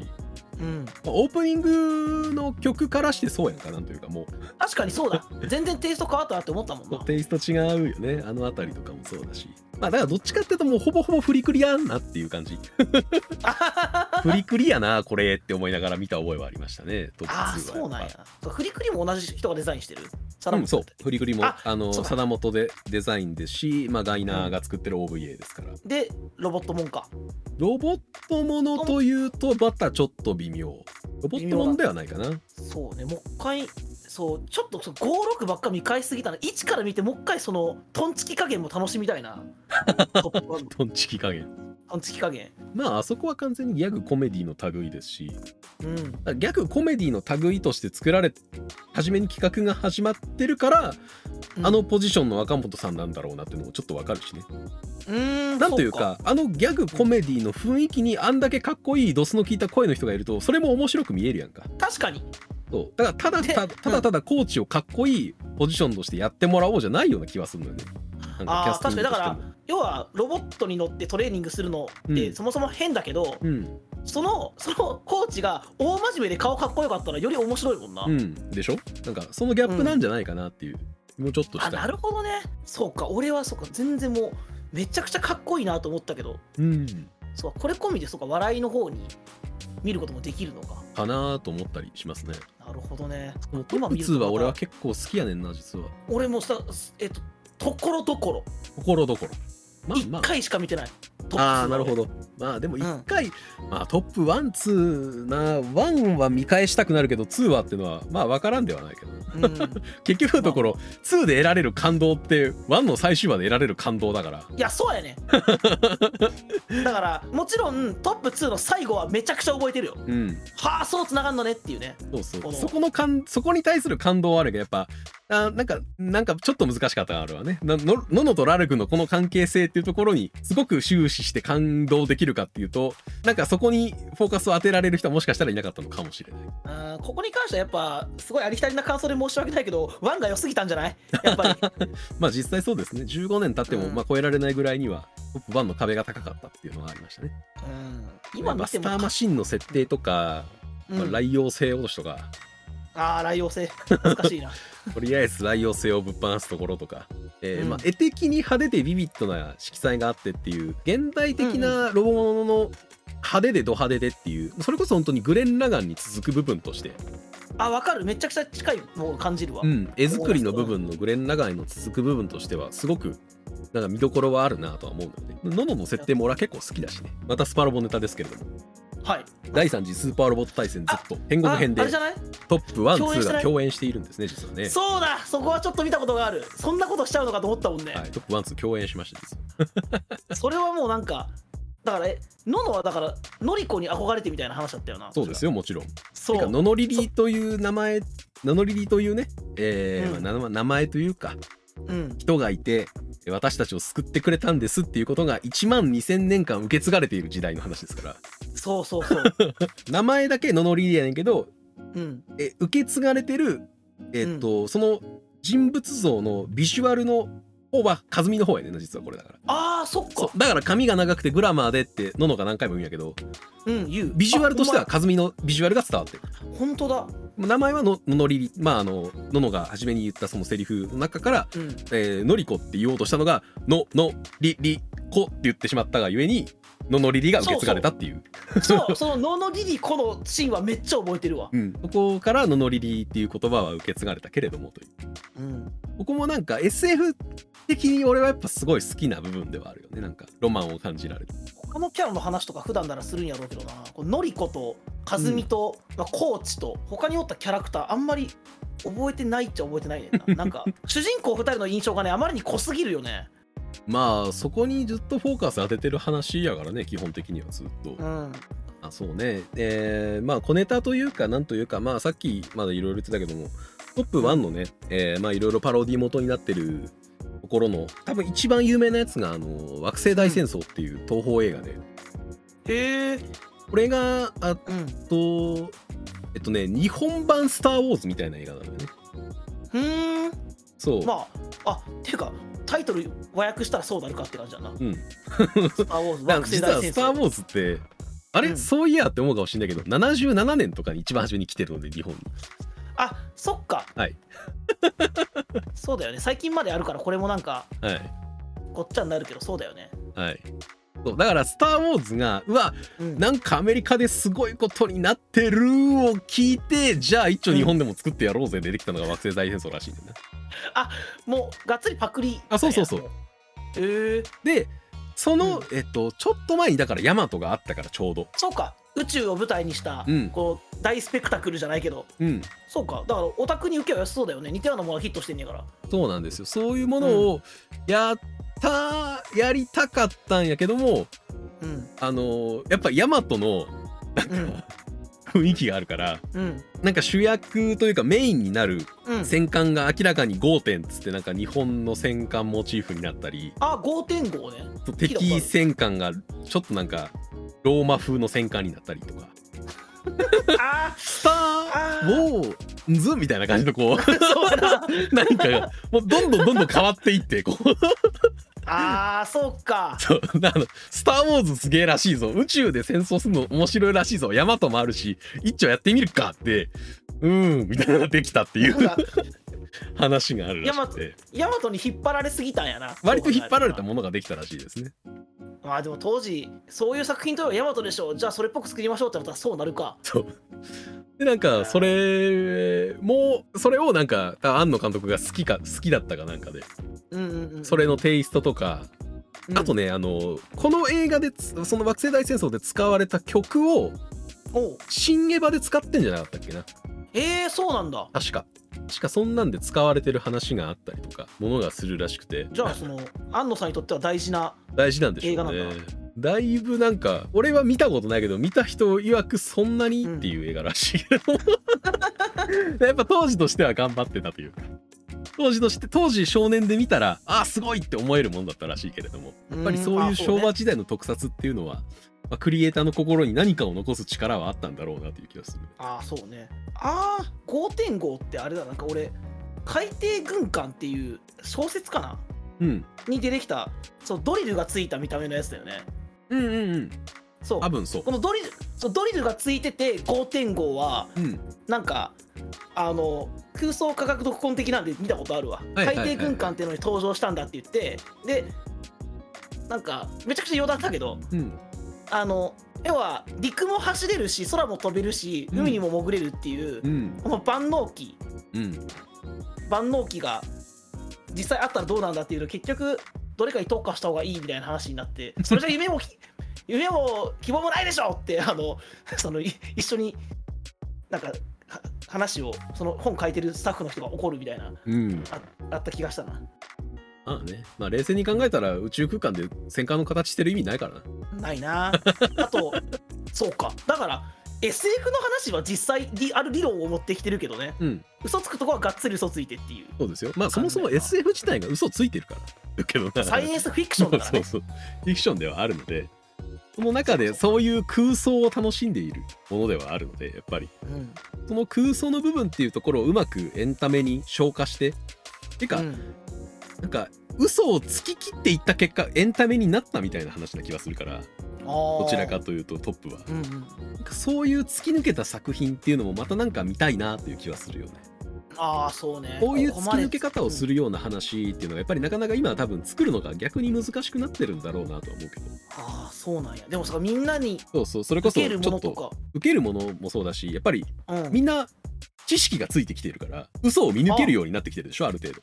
Speaker 1: うん
Speaker 2: まあオープニングの曲からしてそうやんかなんというかも
Speaker 1: 確かにそう だ全然テイスト変わったなって思ったもんな
Speaker 2: うテイスト違うよねあの辺りとかもそうだしまあだからどっちかっていうともうほぼほぼフリクリやんなっていう感 じフリクリやなこれって思いながら見た覚えはありましたねトップ2は
Speaker 1: ああそうなん
Speaker 2: やっ
Speaker 1: や
Speaker 2: ぱ
Speaker 1: そうフリクリも同じ人がデザインしてるサラ
Speaker 2: う
Speaker 1: モン
Speaker 2: ん、そう
Speaker 1: って
Speaker 2: フリクリも
Speaker 1: あ
Speaker 2: あの
Speaker 1: そうだ
Speaker 2: 貞本でデザインですし、まあ、ガイナーが作ってる OVA ですから、
Speaker 1: でロボットもんか
Speaker 2: ロボットものというとまたちょっと微妙ロボットものではないかな
Speaker 1: そうねもう一回そうちょっとそう56ばっか見返しすぎたな1から見てもう一回そのトンチキ加減も楽しみたい なトップワンの
Speaker 2: トンチキ加減
Speaker 1: トンチキ加減
Speaker 2: まああそこは完全にギャグコメディの類ですし
Speaker 1: うん
Speaker 2: ギャグコメディの類として作られ初めに企画が始まってるから、
Speaker 1: うん
Speaker 2: あのポジションの若本さんなんだろうなっていうのもちょっとわかるしね
Speaker 1: うーん
Speaker 2: なんというかあのギャグコメディの雰囲気にあんだけかっこいいドスの効いた声の人がいるとそれも面白く見えるやんか
Speaker 1: そうか確かに
Speaker 2: そうだからただ
Speaker 1: で
Speaker 2: たただただコーチをかっこいいポジションとしてやってもらおうじゃないような気はするのよね。なん
Speaker 1: あー
Speaker 2: キャスティングとしても
Speaker 1: 確要はロボットに乗ってトレーニングするのって、
Speaker 2: うん
Speaker 1: そもそも変だけど、
Speaker 2: うん
Speaker 1: そのそのコーチが大真面目で顔かっこよかったらより面白いもんな、
Speaker 2: うん、でしょなんかそのギャップなんじゃないかなっていう、もうちょっと
Speaker 1: あ
Speaker 2: した
Speaker 1: なるほどねそうか俺はそうか全然もうめちゃくちゃかっこいいなと思ったけど
Speaker 2: うん、
Speaker 1: そうかこれ込みでそうか笑いの方に見ることもできるのか
Speaker 2: かなと思ったりしますね。
Speaker 1: なるほどね
Speaker 2: もうトップ2は俺は結構好きやねんな実は。
Speaker 1: 俺もさえっとところどころ
Speaker 2: ところどころ。まあ
Speaker 1: 1
Speaker 2: まあ。
Speaker 1: 回しか見てない、トップ
Speaker 2: ああーなるほ
Speaker 1: ど
Speaker 2: どまあでも1回、まあトップ12な1は見返したくなるけど2はってのはまあ分からんではないけど
Speaker 1: うん、
Speaker 2: 結局のところ2で得られる感動って1の最終話で得られる感動だから
Speaker 1: いやそうや ねだからもちろんトップ2の最後はめちゃくちゃ覚えてるよ
Speaker 2: うん
Speaker 1: はあそうつながんのねっていうね
Speaker 2: そうそ
Speaker 1: こ
Speaker 2: う
Speaker 1: の
Speaker 2: そこの感そこに対する感動はあるけどやっぱあなんかなんかちょっと難しかったのあるわねなのののとラルクのこの関係性っていうところにすごく終始して感動できるかっていうとなんかそこにフォーカスを当てられる人はもしかしたらいなかったのかもしれない
Speaker 1: あーここに関してはやっぱすごいありきたりな感想で申し訳ないけどワンが良すぎたんじゃないやっ ぱり
Speaker 2: まあ実際そうですね15年経っても、
Speaker 1: うん
Speaker 2: まあ、超えられないぐらいにはトップ1の壁が高かったっていうのはありましたね
Speaker 1: うん今見
Speaker 2: マ
Speaker 1: て
Speaker 2: ス
Speaker 1: も
Speaker 2: ターマシンの設定とか、
Speaker 1: うん
Speaker 2: まあ、来用性落としとか
Speaker 1: ああ、雷王星。懐かしい な。
Speaker 2: とりあえず雷陽性をぶっ放すところとか、えー
Speaker 1: うん
Speaker 2: まあ、絵的に派手でビビッドな色彩があってっていう現代的なロボものの派手でド派手でっていうそれこそ本当にグレン・ラガンに続く部分として、
Speaker 1: あ、わかる。めちゃくちゃ近いのを感じるわ。
Speaker 2: うん、絵作りの部分のグレン・ラガンへの続く部分としてはすごくなんか見どころはあるなとは思うのでノノの設定も俺は結構好きだしねまたスパロボネタですけれども
Speaker 1: はい。
Speaker 2: 第3次スーパーロボット対戦ずっと天国
Speaker 1: ああ
Speaker 2: 編で
Speaker 1: れじゃない
Speaker 2: トップ1、
Speaker 1: 共演し
Speaker 2: 2
Speaker 1: て
Speaker 2: が
Speaker 1: ない
Speaker 2: 共演しているんですね実はね。
Speaker 1: そうだそこはちょっと見たことがあるそんなことしちゃうのかと思ったもんね、
Speaker 2: はい、トップ1、2共演しました実は
Speaker 1: それはもうなんかだからえののはだからのりこに憧れてみたいな話だったよな
Speaker 2: そうですよもちろん
Speaker 1: そ
Speaker 2: てか
Speaker 1: う
Speaker 2: ノノリリという名前ノノリリというね、えー
Speaker 1: うん
Speaker 2: まあ名前名前というか
Speaker 1: うん
Speaker 2: 人がいて私たちを救ってくれたんですっていうことが1万2,000年間受け継がれている時代の話ですから
Speaker 1: そうそう そう
Speaker 2: 名前だけノノリリやねんけど
Speaker 1: うん
Speaker 2: え受け継がれてる、えっとその人物像のビジュアルの方は和美の方やねんな実はこれだから
Speaker 1: あーそっか
Speaker 2: そうだから髪が長くてグラマーでってののが何回も言うんやけど
Speaker 1: うん言う
Speaker 2: ビジュアルとしては和美のビジュアルが伝わってる
Speaker 1: あほんま本当だ
Speaker 2: 名前はのののりりまああのののが初めに言ったそのセリフの中から、
Speaker 1: うん
Speaker 2: えーのりこって言おうとしたのがののりりこって言ってしまったがゆえにののりりが受け継がれたっていう
Speaker 1: そうそのののりりこのシーンはめっちゃ覚えてるわ
Speaker 2: うんそこからののりりっていう言葉は受け継がれたけれどもとい
Speaker 1: う
Speaker 2: う
Speaker 1: ん
Speaker 2: ここもなんか SF 的に俺はやっぱすごい好きな部分ではあるよねなんかロマンを感じられる
Speaker 1: 他のキャラの話とか普段ならするんやろうけどなこうのりことかずみと、まあ、コーチと他におったキャラクターあんまり覚えてないっちゃ覚えてないねん ななんか主人公2人の印象がねあまりに濃すぎるよね
Speaker 2: まあそこにずっとフォーカス当ててる話やからね基本的にはずっと。
Speaker 1: うん
Speaker 2: あそうね、えーまあ小ネタというかなんというかまあさっきまだいろいろ言ってたけどもトップ1のね、えーまあいろいろパロディ元になってるところの多分一番有名なやつがあの惑星大戦争っていう東宝映画で、
Speaker 1: へえ
Speaker 2: これが
Speaker 1: う
Speaker 2: あ
Speaker 1: ん
Speaker 2: とえっとね日本版「スター・ウォーズ」みたいな映画なのよね
Speaker 1: ふーん
Speaker 2: そう、
Speaker 1: まああっていうかタイトル和訳したらそうなるかって感じだな
Speaker 2: うん
Speaker 1: 「スター・ウォーズ」
Speaker 2: だか
Speaker 1: 惑
Speaker 2: ら
Speaker 1: 星
Speaker 2: 実は
Speaker 1: 大
Speaker 2: 「ス
Speaker 1: 戦
Speaker 2: ター・ウ
Speaker 1: 争
Speaker 2: ォーズ」ってあれ、
Speaker 1: うん
Speaker 2: そういやって思うかもしれないけど77年とかに一番初めに来てるので日本に
Speaker 1: あそっか
Speaker 2: はい
Speaker 1: そうだよね最近まであるからこれもなんか
Speaker 2: はい
Speaker 1: こっちゃになるけどそうだよね
Speaker 2: はいそうだから「スター・ウォーズ」がうわ
Speaker 1: うん
Speaker 2: なんかアメリカですごいことになってるを聞いてじゃあ一応日本でも作ってやろうぜ出てきたのが惑星大戦争らしいんだよな。
Speaker 1: もうがっつりパクリ
Speaker 2: あそうそうそう
Speaker 1: もへえ
Speaker 2: でその、
Speaker 1: うん
Speaker 2: えっとちょっと前にだからヤマトがあったからちょうど。
Speaker 1: そうか宇宙を舞台にした、
Speaker 2: うん
Speaker 1: こう大スペクタクルじゃないけど
Speaker 2: うん、
Speaker 1: そうかだからオタクに受けは良さそうだよね似たようなものがヒットしてんねやから
Speaker 2: そうなんですよそういうものをやったやりたかったんやけども
Speaker 1: うん
Speaker 2: あのやっぱヤマトの
Speaker 1: うん
Speaker 2: 雰囲気があるから
Speaker 1: うん
Speaker 2: なんか主役というかメインになる
Speaker 1: うん
Speaker 2: 戦艦が明らかに5点っつってなんか日本の戦艦モチーフになったり。
Speaker 1: あ5.5ね
Speaker 2: と敵戦艦がちょっとなんかローマ風の戦艦になったりとか
Speaker 1: あ
Speaker 2: 「スター・ウォーズ」みたいな感じのこ
Speaker 1: ー そうだな
Speaker 2: う何かがもうどんどんどんどん変わっていってこう
Speaker 1: あーそうか
Speaker 2: そうあの「スター・ウォーズすげえらしいぞ宇宙で戦争するの面白いらしいぞヤマトもあるし一丁やってみるか」って「うーん」みたいなのができたってい
Speaker 1: なん
Speaker 2: う
Speaker 1: か
Speaker 2: 話があるらしくて
Speaker 1: ヤマトに引っ張られすぎたんやな
Speaker 2: 割と引っ張られた
Speaker 1: も
Speaker 2: ものができたらしいですね。
Speaker 1: まあでも当時そういう作品といえばヤマトでしょじゃあそれっぽく作りましょうってなったらそうなるか
Speaker 2: でなんかそれもうそれをなんか多分庵野監督が好きか好きだったかなんかで
Speaker 1: うんうん、うん、
Speaker 2: それのテイストとか、あと
Speaker 1: ね
Speaker 2: ねあのこの映画でつその惑星大戦争で使われた曲を
Speaker 1: おう
Speaker 2: 新エヴァで使ってんじゃなかったっけな
Speaker 1: えー、そうなんだ
Speaker 2: 確か確かそんなんで使われてる話があったりとかものがするらしくて
Speaker 1: じゃあその安野さんにとっては大事な
Speaker 2: 大事なんでしょう
Speaker 1: 映画
Speaker 2: ね
Speaker 1: なん
Speaker 2: だいぶなんか俺は見たことないけど見た人曰くそんなにっていう映画らしいけ ど、やっぱ当時としては頑張ってたというか当時として当時少年で見たらああすごいって思えるもんだったらしいけれども
Speaker 1: や
Speaker 2: やっぱりそういう昭和時代の特撮っていうのは、まあ、クリエイターの心に何かを残す力はあったんだろうなという気がする。
Speaker 1: ああそうねああ5.5ってあれだなんか俺「海底軍艦」っていう小説かな
Speaker 2: うん。
Speaker 1: に出てきたそうドリルがついた見た目のやつだよね
Speaker 2: うんうんうん。
Speaker 1: そう
Speaker 2: 多分そう
Speaker 1: こ。のドリルそうドリルがついてて5.5は
Speaker 2: うん。
Speaker 1: なんかあの空想科学特婚的なんで見たことあるわ、
Speaker 2: はいはいはい
Speaker 1: 海底軍艦っていうのに登場したんだって言ってでなんかめちゃくちゃ余談だけど
Speaker 2: うん
Speaker 1: あの要は陸も走れるし空も飛べるし
Speaker 2: うん
Speaker 1: 海にも潜れるっていう、
Speaker 2: うん
Speaker 1: この万能機
Speaker 2: うん
Speaker 1: 万能機が実際あったらどうなんだっていうの結局どれかに特化した方がいいみたいな話にな ってそれじゃ夢もき夢も希望もないでしょってあのそのい一緒になんかは話をその本書いてるスタッフの人が怒るみたいな
Speaker 2: うん
Speaker 1: ああった気がしたな
Speaker 2: まあねまあ冷静に考えたら宇宙空間で戦艦の形してる意味ないからな
Speaker 1: ない なあとそうかだから SF の話は実際にある理論を持ってきてるけどね
Speaker 2: うん
Speaker 1: 嘘つくとこはがっつり嘘ついてっていう
Speaker 2: そうですよまあそもそも
Speaker 1: わかんないな
Speaker 2: SF 自体が嘘ついてるからだけどな
Speaker 1: サイエンスフィクションだからね
Speaker 2: そうそうそうフィクションではあるのでその中でそういう空想を楽しんでいるものではあるのでやっぱり
Speaker 1: うん
Speaker 2: その空想の部分っていうところをうまくエンタメに消化しててか、
Speaker 1: うん
Speaker 2: なんか嘘をつき切っていった結果エンタメになったみたいな話な気がするから
Speaker 1: あー
Speaker 2: どちらかというとトップは
Speaker 1: うんうん
Speaker 2: なんかそういう突き抜けた作品っていうのもまたなんか見たいなという気はするよね
Speaker 1: ああそうね
Speaker 2: こういう突き抜け方をす
Speaker 1: る
Speaker 2: るような話っていうのがやっぱりなかなか今は多分作るのが逆に難しくなってるんだろうなとは思うけど
Speaker 1: ああそうなんやでもさみんなに
Speaker 2: そうそうそれこ
Speaker 1: 受け
Speaker 2: そち
Speaker 1: るも
Speaker 2: ょ
Speaker 1: の
Speaker 2: っ
Speaker 1: と
Speaker 2: と
Speaker 1: か
Speaker 2: 受けるものもそうだしやっぱり
Speaker 1: うん
Speaker 2: みんな知識がついてきてるから嘘を見抜けるようになってきてるでしょある程度。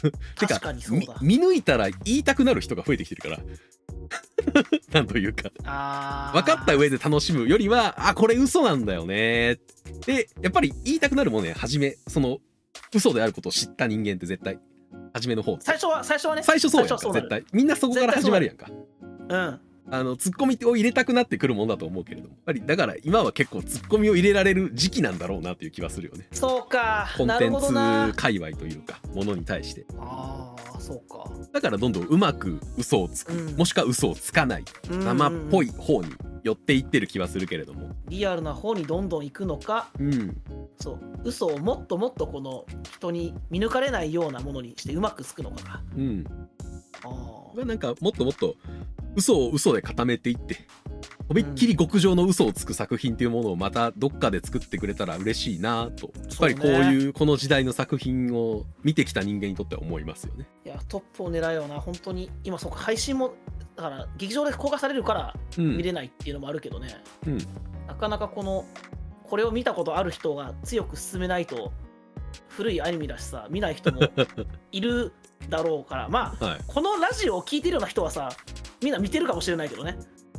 Speaker 2: て
Speaker 1: 確かにそうだ
Speaker 2: み見抜いたら言いたくなる人が増えてきてるから なんというか
Speaker 1: ああ
Speaker 2: 分かった上で楽しむよりはあこれ嘘なんだよねでやっぱり言いたくなるもんね初めその嘘であることを知った人間って絶対初めの方
Speaker 1: 最初は最初はね
Speaker 2: 最初そうやん
Speaker 1: 最初
Speaker 2: か
Speaker 1: は
Speaker 2: 絶
Speaker 1: なる
Speaker 2: 対みんなそこから始まるやんか
Speaker 1: うん
Speaker 2: あのツッコミを入れたくなってくるもんだと思うけれどもやっぱりだから今は結構ツッコミを入れられる時期なんだろうなという気はするよね
Speaker 1: そうか
Speaker 2: コン
Speaker 1: な
Speaker 2: テ
Speaker 1: る
Speaker 2: ン
Speaker 1: ほど
Speaker 2: ツ
Speaker 1: な
Speaker 2: 界隈というかものに対して
Speaker 1: ああそうか
Speaker 2: だからどんどんうまく嘘をつく、
Speaker 1: うん
Speaker 2: もしくは嘘をつかない
Speaker 1: うん
Speaker 2: 生っぽい方に寄っていってる気はするけれども
Speaker 1: リアルな方にどんどん行くのか
Speaker 2: うん
Speaker 1: そう嘘をもっともっとこの人に見抜かれないようなものにしてうまくつくのかな
Speaker 2: うん
Speaker 1: あー
Speaker 2: まあなんかもっともっと嘘を嘘で固めていってとびっきり極上の嘘をつく作品というものをまたどっかで作ってくれたら嬉しいなとやっぱりこういうこの時代の作品を見てきた人間にとっては思いますよね。
Speaker 1: いやトップを狙うような本当に今そうか配信もだから劇場で公開されるから
Speaker 2: う
Speaker 1: 見
Speaker 2: ん、
Speaker 1: れないっていうのもあるけどね、
Speaker 2: うん
Speaker 1: なかなかこのこれを見たことある人が強く進めないと古いアニメだしさ見ない人 もいるだろうからまあ
Speaker 2: はい、
Speaker 1: このラジオを聴いてるような人はさみんな見てるかもしれないけどね、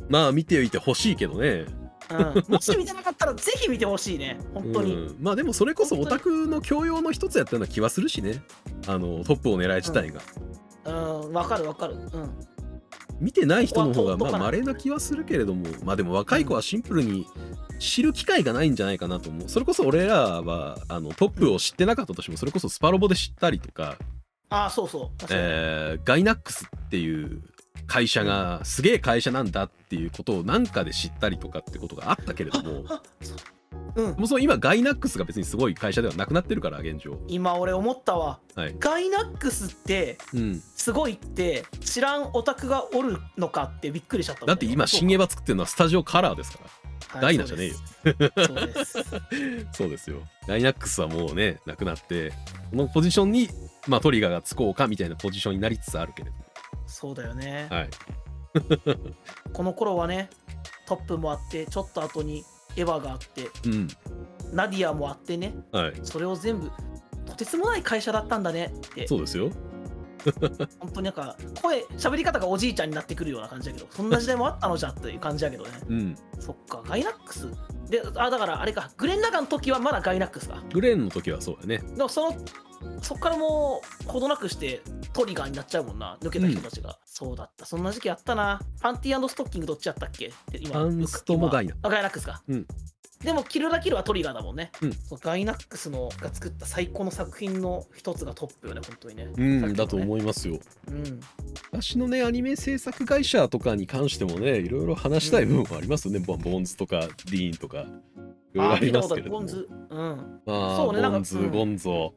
Speaker 2: まあ見ておいてほしいけどね。
Speaker 1: うん、 もし見てなかったらぜひ見てほしいね本当に、
Speaker 2: うんまあでもそれこそオタクの教養の一つやったような気はするしねあのトップを狙い自体が、
Speaker 1: うん、わかるわかる。うん。
Speaker 2: 見てない人の方が
Speaker 1: ここはど
Speaker 2: まあ
Speaker 1: こかな
Speaker 2: 稀な気はするけれどもまあでも若い子はシンプルに知る機会がないんじゃないかなと思うそれこそ俺らはあのトップを知ってなかったとしてもそれこそスパロボで知ったりとか、
Speaker 1: ああ、そうそう。確かに
Speaker 2: えーガイナックスっていう会社がすげえ会社なんだっていうことをなんかで知ったりとかってことがあったけれども
Speaker 1: ああそううん
Speaker 2: も。うその今ガイナックスが別にすごい会社ではなくなってるから現状
Speaker 1: 今俺思ったわ。
Speaker 2: はい
Speaker 1: ガイナックスって
Speaker 2: うん
Speaker 1: すごいって知らんオタクがおるのかってびっくりしちゃったもん
Speaker 2: だ
Speaker 1: ね。
Speaker 2: って今新エヴァ作ってるのはスタジオカラーですからガイナじゃねえよ
Speaker 1: えよ。そうです。そうです
Speaker 2: そうですよガイナックスはもうねなくなってこのポジションに、まあ、トリガーがつこうかみたいなポジションになりつつあるけれ
Speaker 1: そうだよね
Speaker 2: ど、。はい、
Speaker 1: この頃はね、トップもあって、ちょっと後にエヴァがあって、
Speaker 2: うん
Speaker 1: ナディアもあってね、
Speaker 2: はい、
Speaker 1: それを全部。とてつもない会社だったんだねって
Speaker 2: そうですよ
Speaker 1: 本当になんか声喋り方がおじいちゃんになってくるような感じだけどそんな時代もあったのじゃっていう感じだけどね
Speaker 2: うん
Speaker 1: そっか、ガイナックス。で、あ、だからあれか、グレン・ラガンの時はまだガイナックスか。
Speaker 2: グレンの時はそうだね
Speaker 1: でもその、そっからもう、ほどなくしてトリガーになっちゃうもんな、抜けた人たちが。そうだった、そんな時期あったな。パンティーストッキングどっちやったっけって今
Speaker 2: パンストもガイナ
Speaker 1: あガイナックスか。
Speaker 2: うん
Speaker 1: でも、キルラキルはトリガーだもんね。
Speaker 2: うん
Speaker 1: そガイナックスのが作った最高の作品の一つがトップよね、本当にね。
Speaker 2: うんだと
Speaker 1: う。
Speaker 2: 思いますよ
Speaker 1: うん。
Speaker 2: 私のねアニメ制作会社とかに関してもねいろいろ話したい部分はありますよね、ボボンズとかディーンとかいろいろあ
Speaker 1: 聞
Speaker 2: り
Speaker 1: いた
Speaker 2: ま
Speaker 1: こ
Speaker 2: す
Speaker 1: とあ
Speaker 2: けれ
Speaker 1: る、
Speaker 2: ど
Speaker 1: ボ
Speaker 2: も
Speaker 1: ンズ。うん。
Speaker 2: まあ
Speaker 1: そうねなんか
Speaker 2: ボンズ、
Speaker 1: うん
Speaker 2: ゴンゾ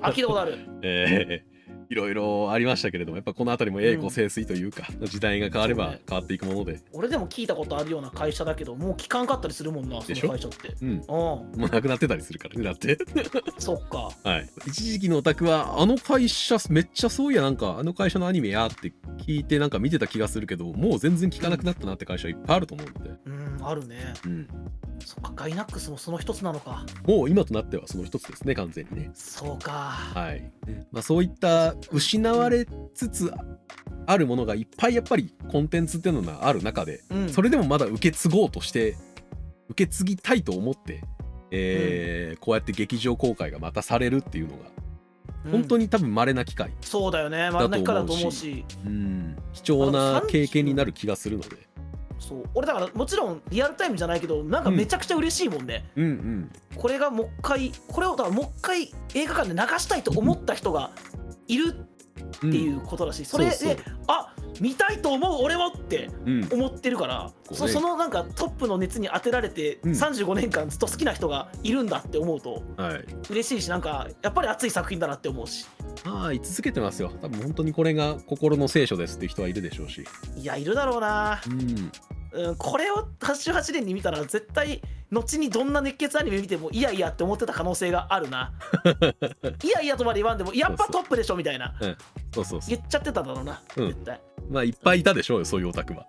Speaker 1: あ、聞いたことある。
Speaker 2: えいろいろありましたけれどもやっぱこの辺りも栄枯盛衰というか、時代が変われば変わっていくもので、
Speaker 1: 俺でも聞いたことあるような会社だけどもう聞かんかったりするもんなそ
Speaker 2: でしょ
Speaker 1: の会社って
Speaker 2: うん、
Speaker 1: うん
Speaker 2: もうなくなってたりするからねだって、
Speaker 1: そっか
Speaker 2: はい、一時期のオタクはあの会社めっちゃそういやなんかあの会社のアニメやって聞いてなんか見てた気がするけどもう全然聞かなくなったなって会社いっぱいあると思うんで、
Speaker 1: うんあるね
Speaker 2: うん、
Speaker 1: そっかガイナックスもその一つなのか
Speaker 2: もう今となってはその一つですね完全にね
Speaker 1: そうか
Speaker 2: はいまあ、そういった失われつつあるものがいっぱいやっぱりコンテンツっていうのがある中で
Speaker 1: うん
Speaker 2: それでもまだ受け継ごうとして受け継ぎたいと思って、えーこうやって劇場公開がまたされるっていうのが本当
Speaker 1: に
Speaker 2: に多分稀な機会、
Speaker 1: そうだよね真ん中からだと思うし
Speaker 2: うん貴重な経験になる気がするので。
Speaker 1: そう俺だからもちろんリアルタイムじゃないけどなんかめちゃくちゃ嬉しいもんね、
Speaker 2: うんうん、
Speaker 1: これがもう一回これをだからもう一回映画館で流したいと思った人がいる
Speaker 2: うん
Speaker 1: っていうことだし、それで
Speaker 2: そうそう
Speaker 1: あ見たいと思う俺もって
Speaker 2: うん
Speaker 1: 思ってるから、
Speaker 2: う
Speaker 1: そ
Speaker 2: ね
Speaker 1: そのなんかトップの熱に当てられて
Speaker 2: うん
Speaker 1: 35年間ずっと好きな人がいるんだって思うと
Speaker 2: はい、
Speaker 1: 嬉しいしなんかやっぱり熱い作品だなって思うし
Speaker 2: まあ言い続けてますよ多分本当にこれが心の聖書ですっていう人はいるでしょうし、
Speaker 1: いやいるだろうな、
Speaker 2: うん、
Speaker 1: うん、これを88年に見たら絶対後にどんな熱血アニメ見てもいやいやって思ってた可能性がある ないやいやとまで言わんでもやっぱトップでしょみたいな
Speaker 2: そうそうそう
Speaker 1: 言っちゃってただろうな、
Speaker 2: うん
Speaker 1: 絶対
Speaker 2: まあいっぱいいたでしょうよそういうオタク は。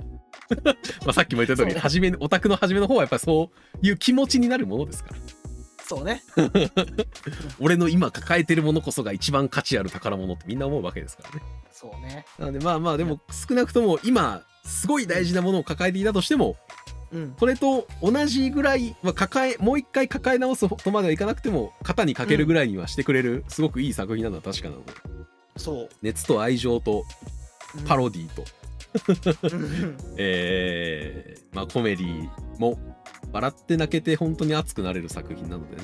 Speaker 2: まあさっきも言った通り
Speaker 1: そう
Speaker 2: 初めオタクの初めの方はやっぱりそういう気持ちになるものですから
Speaker 1: そうね
Speaker 2: 俺の今抱えてるものこそが一番価値ある宝物ってみんな思うわけですからね。
Speaker 1: そうね
Speaker 2: なのでまあまあでも少なくとも今すごい大事なものを抱えていたとしても
Speaker 1: うん
Speaker 2: それと同じぐらい、まあ、抱えもう一回抱え直すとまではいかなくても肩にかけるぐらいにはしてくれる、すごくいい作品なのは確かなので
Speaker 1: そう
Speaker 2: 熱と愛情と
Speaker 1: うん
Speaker 2: パロディと、
Speaker 1: うん
Speaker 2: えーまあ、コメディも笑って泣けて本当に熱くなれる作品なのでね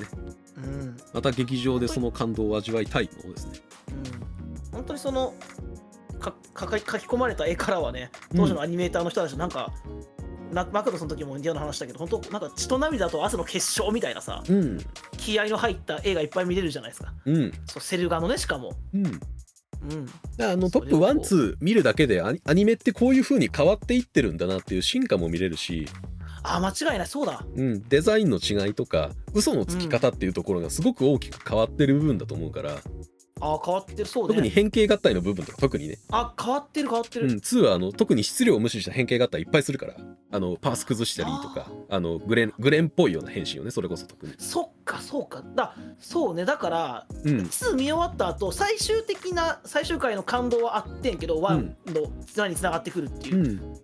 Speaker 1: うん
Speaker 2: また劇場でその感動を味わいたいものですね。
Speaker 1: うん本当にそのかかか書き込まれた絵からはね当時のアニメーターの人たちなんか、なマクドその時もインディアの話だけど本当なんか血と涙と汗の結晶みたいなさ
Speaker 2: うん、
Speaker 1: 気合の入った絵がいっぱい見れるじゃないですか
Speaker 2: うん、
Speaker 1: そうセル画のねしかも、
Speaker 2: うん
Speaker 1: うん、
Speaker 2: だからあの
Speaker 1: そ
Speaker 2: ト
Speaker 1: れ
Speaker 2: ッ
Speaker 1: を
Speaker 2: プ
Speaker 1: こう
Speaker 2: 1、2見るだけでアニアニメってこういう風に変わっていってるんだなっていう進化も見れるし、
Speaker 1: あ間違いないそうだ
Speaker 2: うん、デザインの違いとか嘘のつき方っていうところがすごく大きく変わってる部分だと思うから、
Speaker 1: あ変わってるそう
Speaker 2: 特に
Speaker 1: ね
Speaker 2: 変形合体の部分とか特にね、
Speaker 1: あ変わってる変わって
Speaker 2: う
Speaker 1: る、
Speaker 2: ん、2はあの特に質量を無視した変形合体いっぱいするからあのパース崩したりとかあのグレングレンっぽいような変身をねそれこそ特に。
Speaker 1: そっかそうかだそうねだから
Speaker 2: うん
Speaker 1: 2見終わった後最終的な最終回の感動はあってんけど1の繋に繋がってくるっていう、
Speaker 2: うん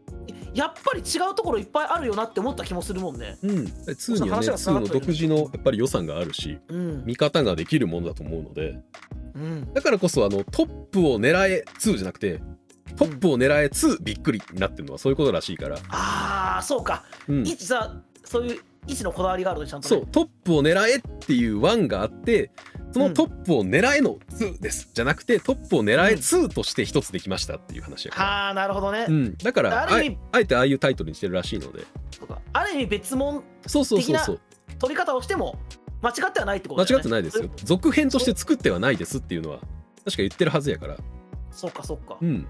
Speaker 1: やっぱり違うところいっぱいあるよなって思った気もするもんね。
Speaker 2: うん、2にはね
Speaker 1: 話が繋が
Speaker 2: 2
Speaker 1: っ
Speaker 2: の
Speaker 1: てる
Speaker 2: 独自のやっぱり予算があるし
Speaker 1: うん。
Speaker 2: 見方ができるものだと思うので
Speaker 1: うん。
Speaker 2: だからこそあのトップを狙え2じゃなくてトップを狙え2びっくりになってるのはそういうことらしいから、
Speaker 1: ああ、そうか。
Speaker 2: うん、
Speaker 1: 位置さ、そういう位置のこだわりがあるのちゃんと、ね。
Speaker 2: そう。トップを狙えっていう1があってそのトップを狙えの2ですじゃなくてトップを狙え2として一つできましたっていう話やから、
Speaker 1: はあ、なるほどね。
Speaker 2: うん、だから
Speaker 1: あ
Speaker 2: あ
Speaker 1: る意味
Speaker 2: えあえてああいうタイトルにしてるらしいので
Speaker 1: そうかある意味別物
Speaker 2: そうそうそうそう
Speaker 1: 取り方をしても間違ってはないってこ
Speaker 2: 間
Speaker 1: とだよね。
Speaker 2: 違ってないですよ。続編として作ってはないですっていうのは確か言ってるはずやから
Speaker 1: そうかそうか
Speaker 2: う。ん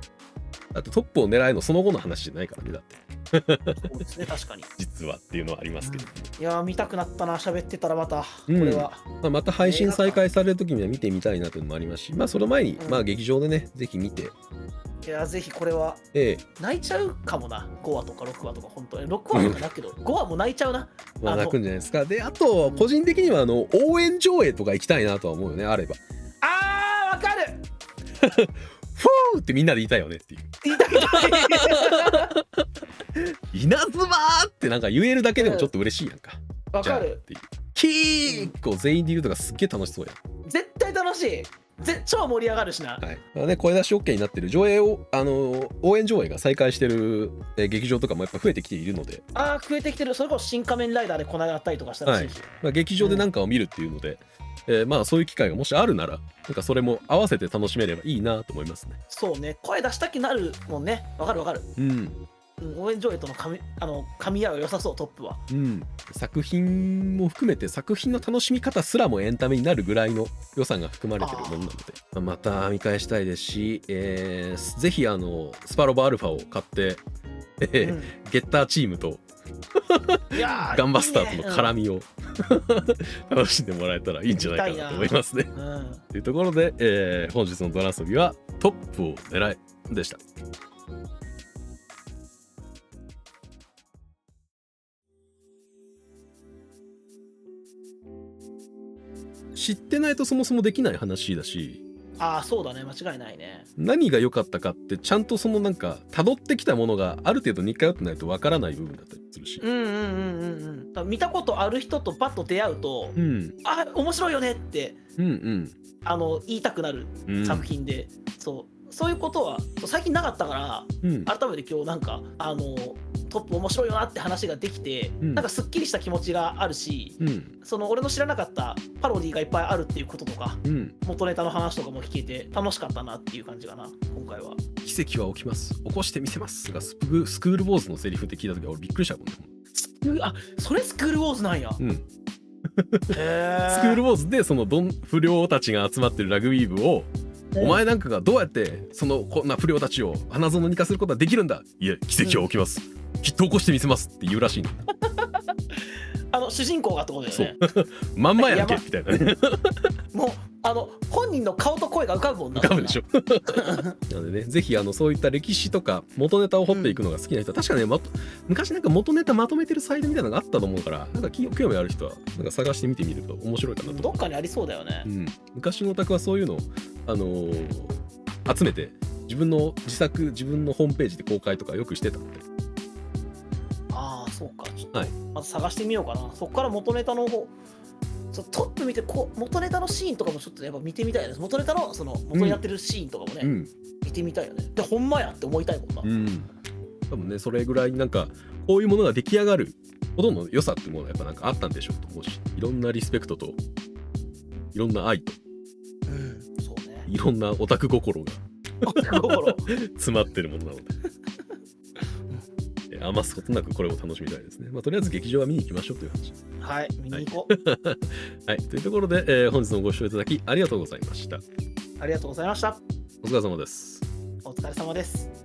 Speaker 2: だってトップを狙えのその後の話じゃないからねだって
Speaker 1: そうですね、確かに。
Speaker 2: 実はっていうのはありますけど、
Speaker 1: いやー、見たくなったな、喋ってたらまた、こ
Speaker 2: うん
Speaker 1: れは。
Speaker 2: まあ、また配信再開される時には見てみたいなというのもありますしまあその前に
Speaker 1: うん
Speaker 2: まあ劇場でねぜひ見て
Speaker 1: いやー、ぜひこれは
Speaker 2: ええ
Speaker 1: 泣いちゃうかもな。5話とか6話とか、本当に。6話とかだけど、5話も泣いちゃうな。
Speaker 2: ま
Speaker 1: あ
Speaker 2: あ
Speaker 1: の
Speaker 2: 泣くんじゃないですかであと個人的にはあの応援上映とか行きたいなとは思うよねあれば
Speaker 1: あー、わかる
Speaker 2: 「フォー!」ってみんなで言いたいよねっていう
Speaker 1: 言いたい言い たい
Speaker 2: 「稲妻!」ってなんか言えるだけでもちょっと嬉しいやんか、
Speaker 1: わ
Speaker 2: じ
Speaker 1: か
Speaker 2: ゃあっ
Speaker 1: る。
Speaker 2: ていうキーこう全員で言うとかすっげえ楽しそうやん
Speaker 1: 絶対楽しいぜ超盛り上がるしな、
Speaker 2: はいまあね、声出し OK になってる上映を、あのー応援上映が再開してる、えー劇場とかもやっぱ増えてきているので、
Speaker 1: ああ増えてきてるそれこそ「新仮面ライダー」でこの間あったりとかしたらしいし、
Speaker 2: まあ、劇場で何かを見るっていうので、えーまあそういう機会がもしあるならなんかそれも合わせて楽しめればいいなと思いますね。
Speaker 1: そうね声出したくなるもんねわかるわかる
Speaker 2: うん
Speaker 1: うん応援上映とのかみあの噛み合いは良さそうトップは
Speaker 2: うん、作品も含めて作品の楽しみ方すらもエンタメになるぐらいの予算が含まれてるものなのでまあまた見返したいですし、えーぜひあのスパロボアルファを買って、えー
Speaker 1: うん
Speaker 2: ゲッターチームと
Speaker 1: いや
Speaker 2: ガンバスターズの絡
Speaker 1: み、
Speaker 2: みを 楽しんでもらえたらいいんじゃないかなと思いますね。
Speaker 1: うんうん
Speaker 2: というところで、えー本日のドラ遊びは「トップを狙え」でした。知ってないとそもそもできない話だし
Speaker 1: ああそうだね間違いないね
Speaker 2: 何が良かったかってちゃんとそのなんか辿ってきたものがある程度似通ってないとわからない部分だったりするし
Speaker 1: う、んうんうんうんうんだから見たことある人とパッと出会うと、
Speaker 2: うん、
Speaker 1: あ面白いよねって
Speaker 2: うんうん
Speaker 1: あの言いたくなる
Speaker 2: うん
Speaker 1: 作品で、そうそういうことは最近なかったか
Speaker 2: うん
Speaker 1: ら改めて今日なんかあのトップ面白いよなって話ができて、
Speaker 2: うん
Speaker 1: なんかすっきりした気持ちがあるし
Speaker 2: うん
Speaker 1: その俺の知らなかったパロディがいっぱいあるっていうこととか
Speaker 2: うん
Speaker 1: 元ネタの話とかも聞けて楽しかったなっていう感じかな今回は
Speaker 2: 奇跡は起きます起こしてみせますがスプスクールボーズのセリフって聞いた時は俺びっくりしたもんね
Speaker 1: スクールあそれスクールウォーズなんや、
Speaker 2: うん
Speaker 1: へえ
Speaker 2: スクールウォーズでそのどん不良たちが集まってるラグビー部をお前なんかがどうやってそのこんな不良たちを花園に化することはできるんだいえ奇跡は起きます、きっと起こしてみせますって言うらしいの
Speaker 1: あの主人公がってことだよね
Speaker 2: まんまやんけ
Speaker 1: やば
Speaker 2: みたいなね
Speaker 1: もうあの本人の顔と声が浮かぶもんな
Speaker 2: 多分でしょなのでねぜひあのそういった歴史とか元ネタを掘っていくのが好きな人は、確かね、まと、昔なんか元ネタまとめてるサイトみたいなのがあったと思うからなんか興興味ある人はなんか探してみてみると面白いかな と
Speaker 1: どっかにありそうだよね
Speaker 2: う、ん、昔のオタクはそういうのを、あのー集めて自分の自作自分のホームページで公開とかよくしてたんで
Speaker 1: ああそうかちょっと、
Speaker 2: はい
Speaker 1: まず探してみようかなそこから元ネタの方ちょっとトップ見てこう元ネタのシーンとかもちょっとやっぱ見てみたいです元ネタのその元になってるシーンとかもね、
Speaker 2: ん、
Speaker 1: 見てみたいよねでほんまやって思いたいもんな、
Speaker 2: うん、多分ねそれぐらいなんかこういうものが出来上がるほどの良さってものがやっぱなんかあったんでしょうと思うしいろんなリスペクトといろんな愛と
Speaker 1: うんそうね
Speaker 2: いろんなオタク心が
Speaker 1: 心
Speaker 2: 詰まってるものなので。 え余すことなくこれを楽しみたいですね。まあ、とりあえず劇場は見に行きましょうという話。
Speaker 1: はい見に行こう、
Speaker 2: はい、というところで、えー本日もご視聴いただきありがとうございました。
Speaker 1: ありがとうございました
Speaker 2: お疲れ様です。
Speaker 1: お疲れ様です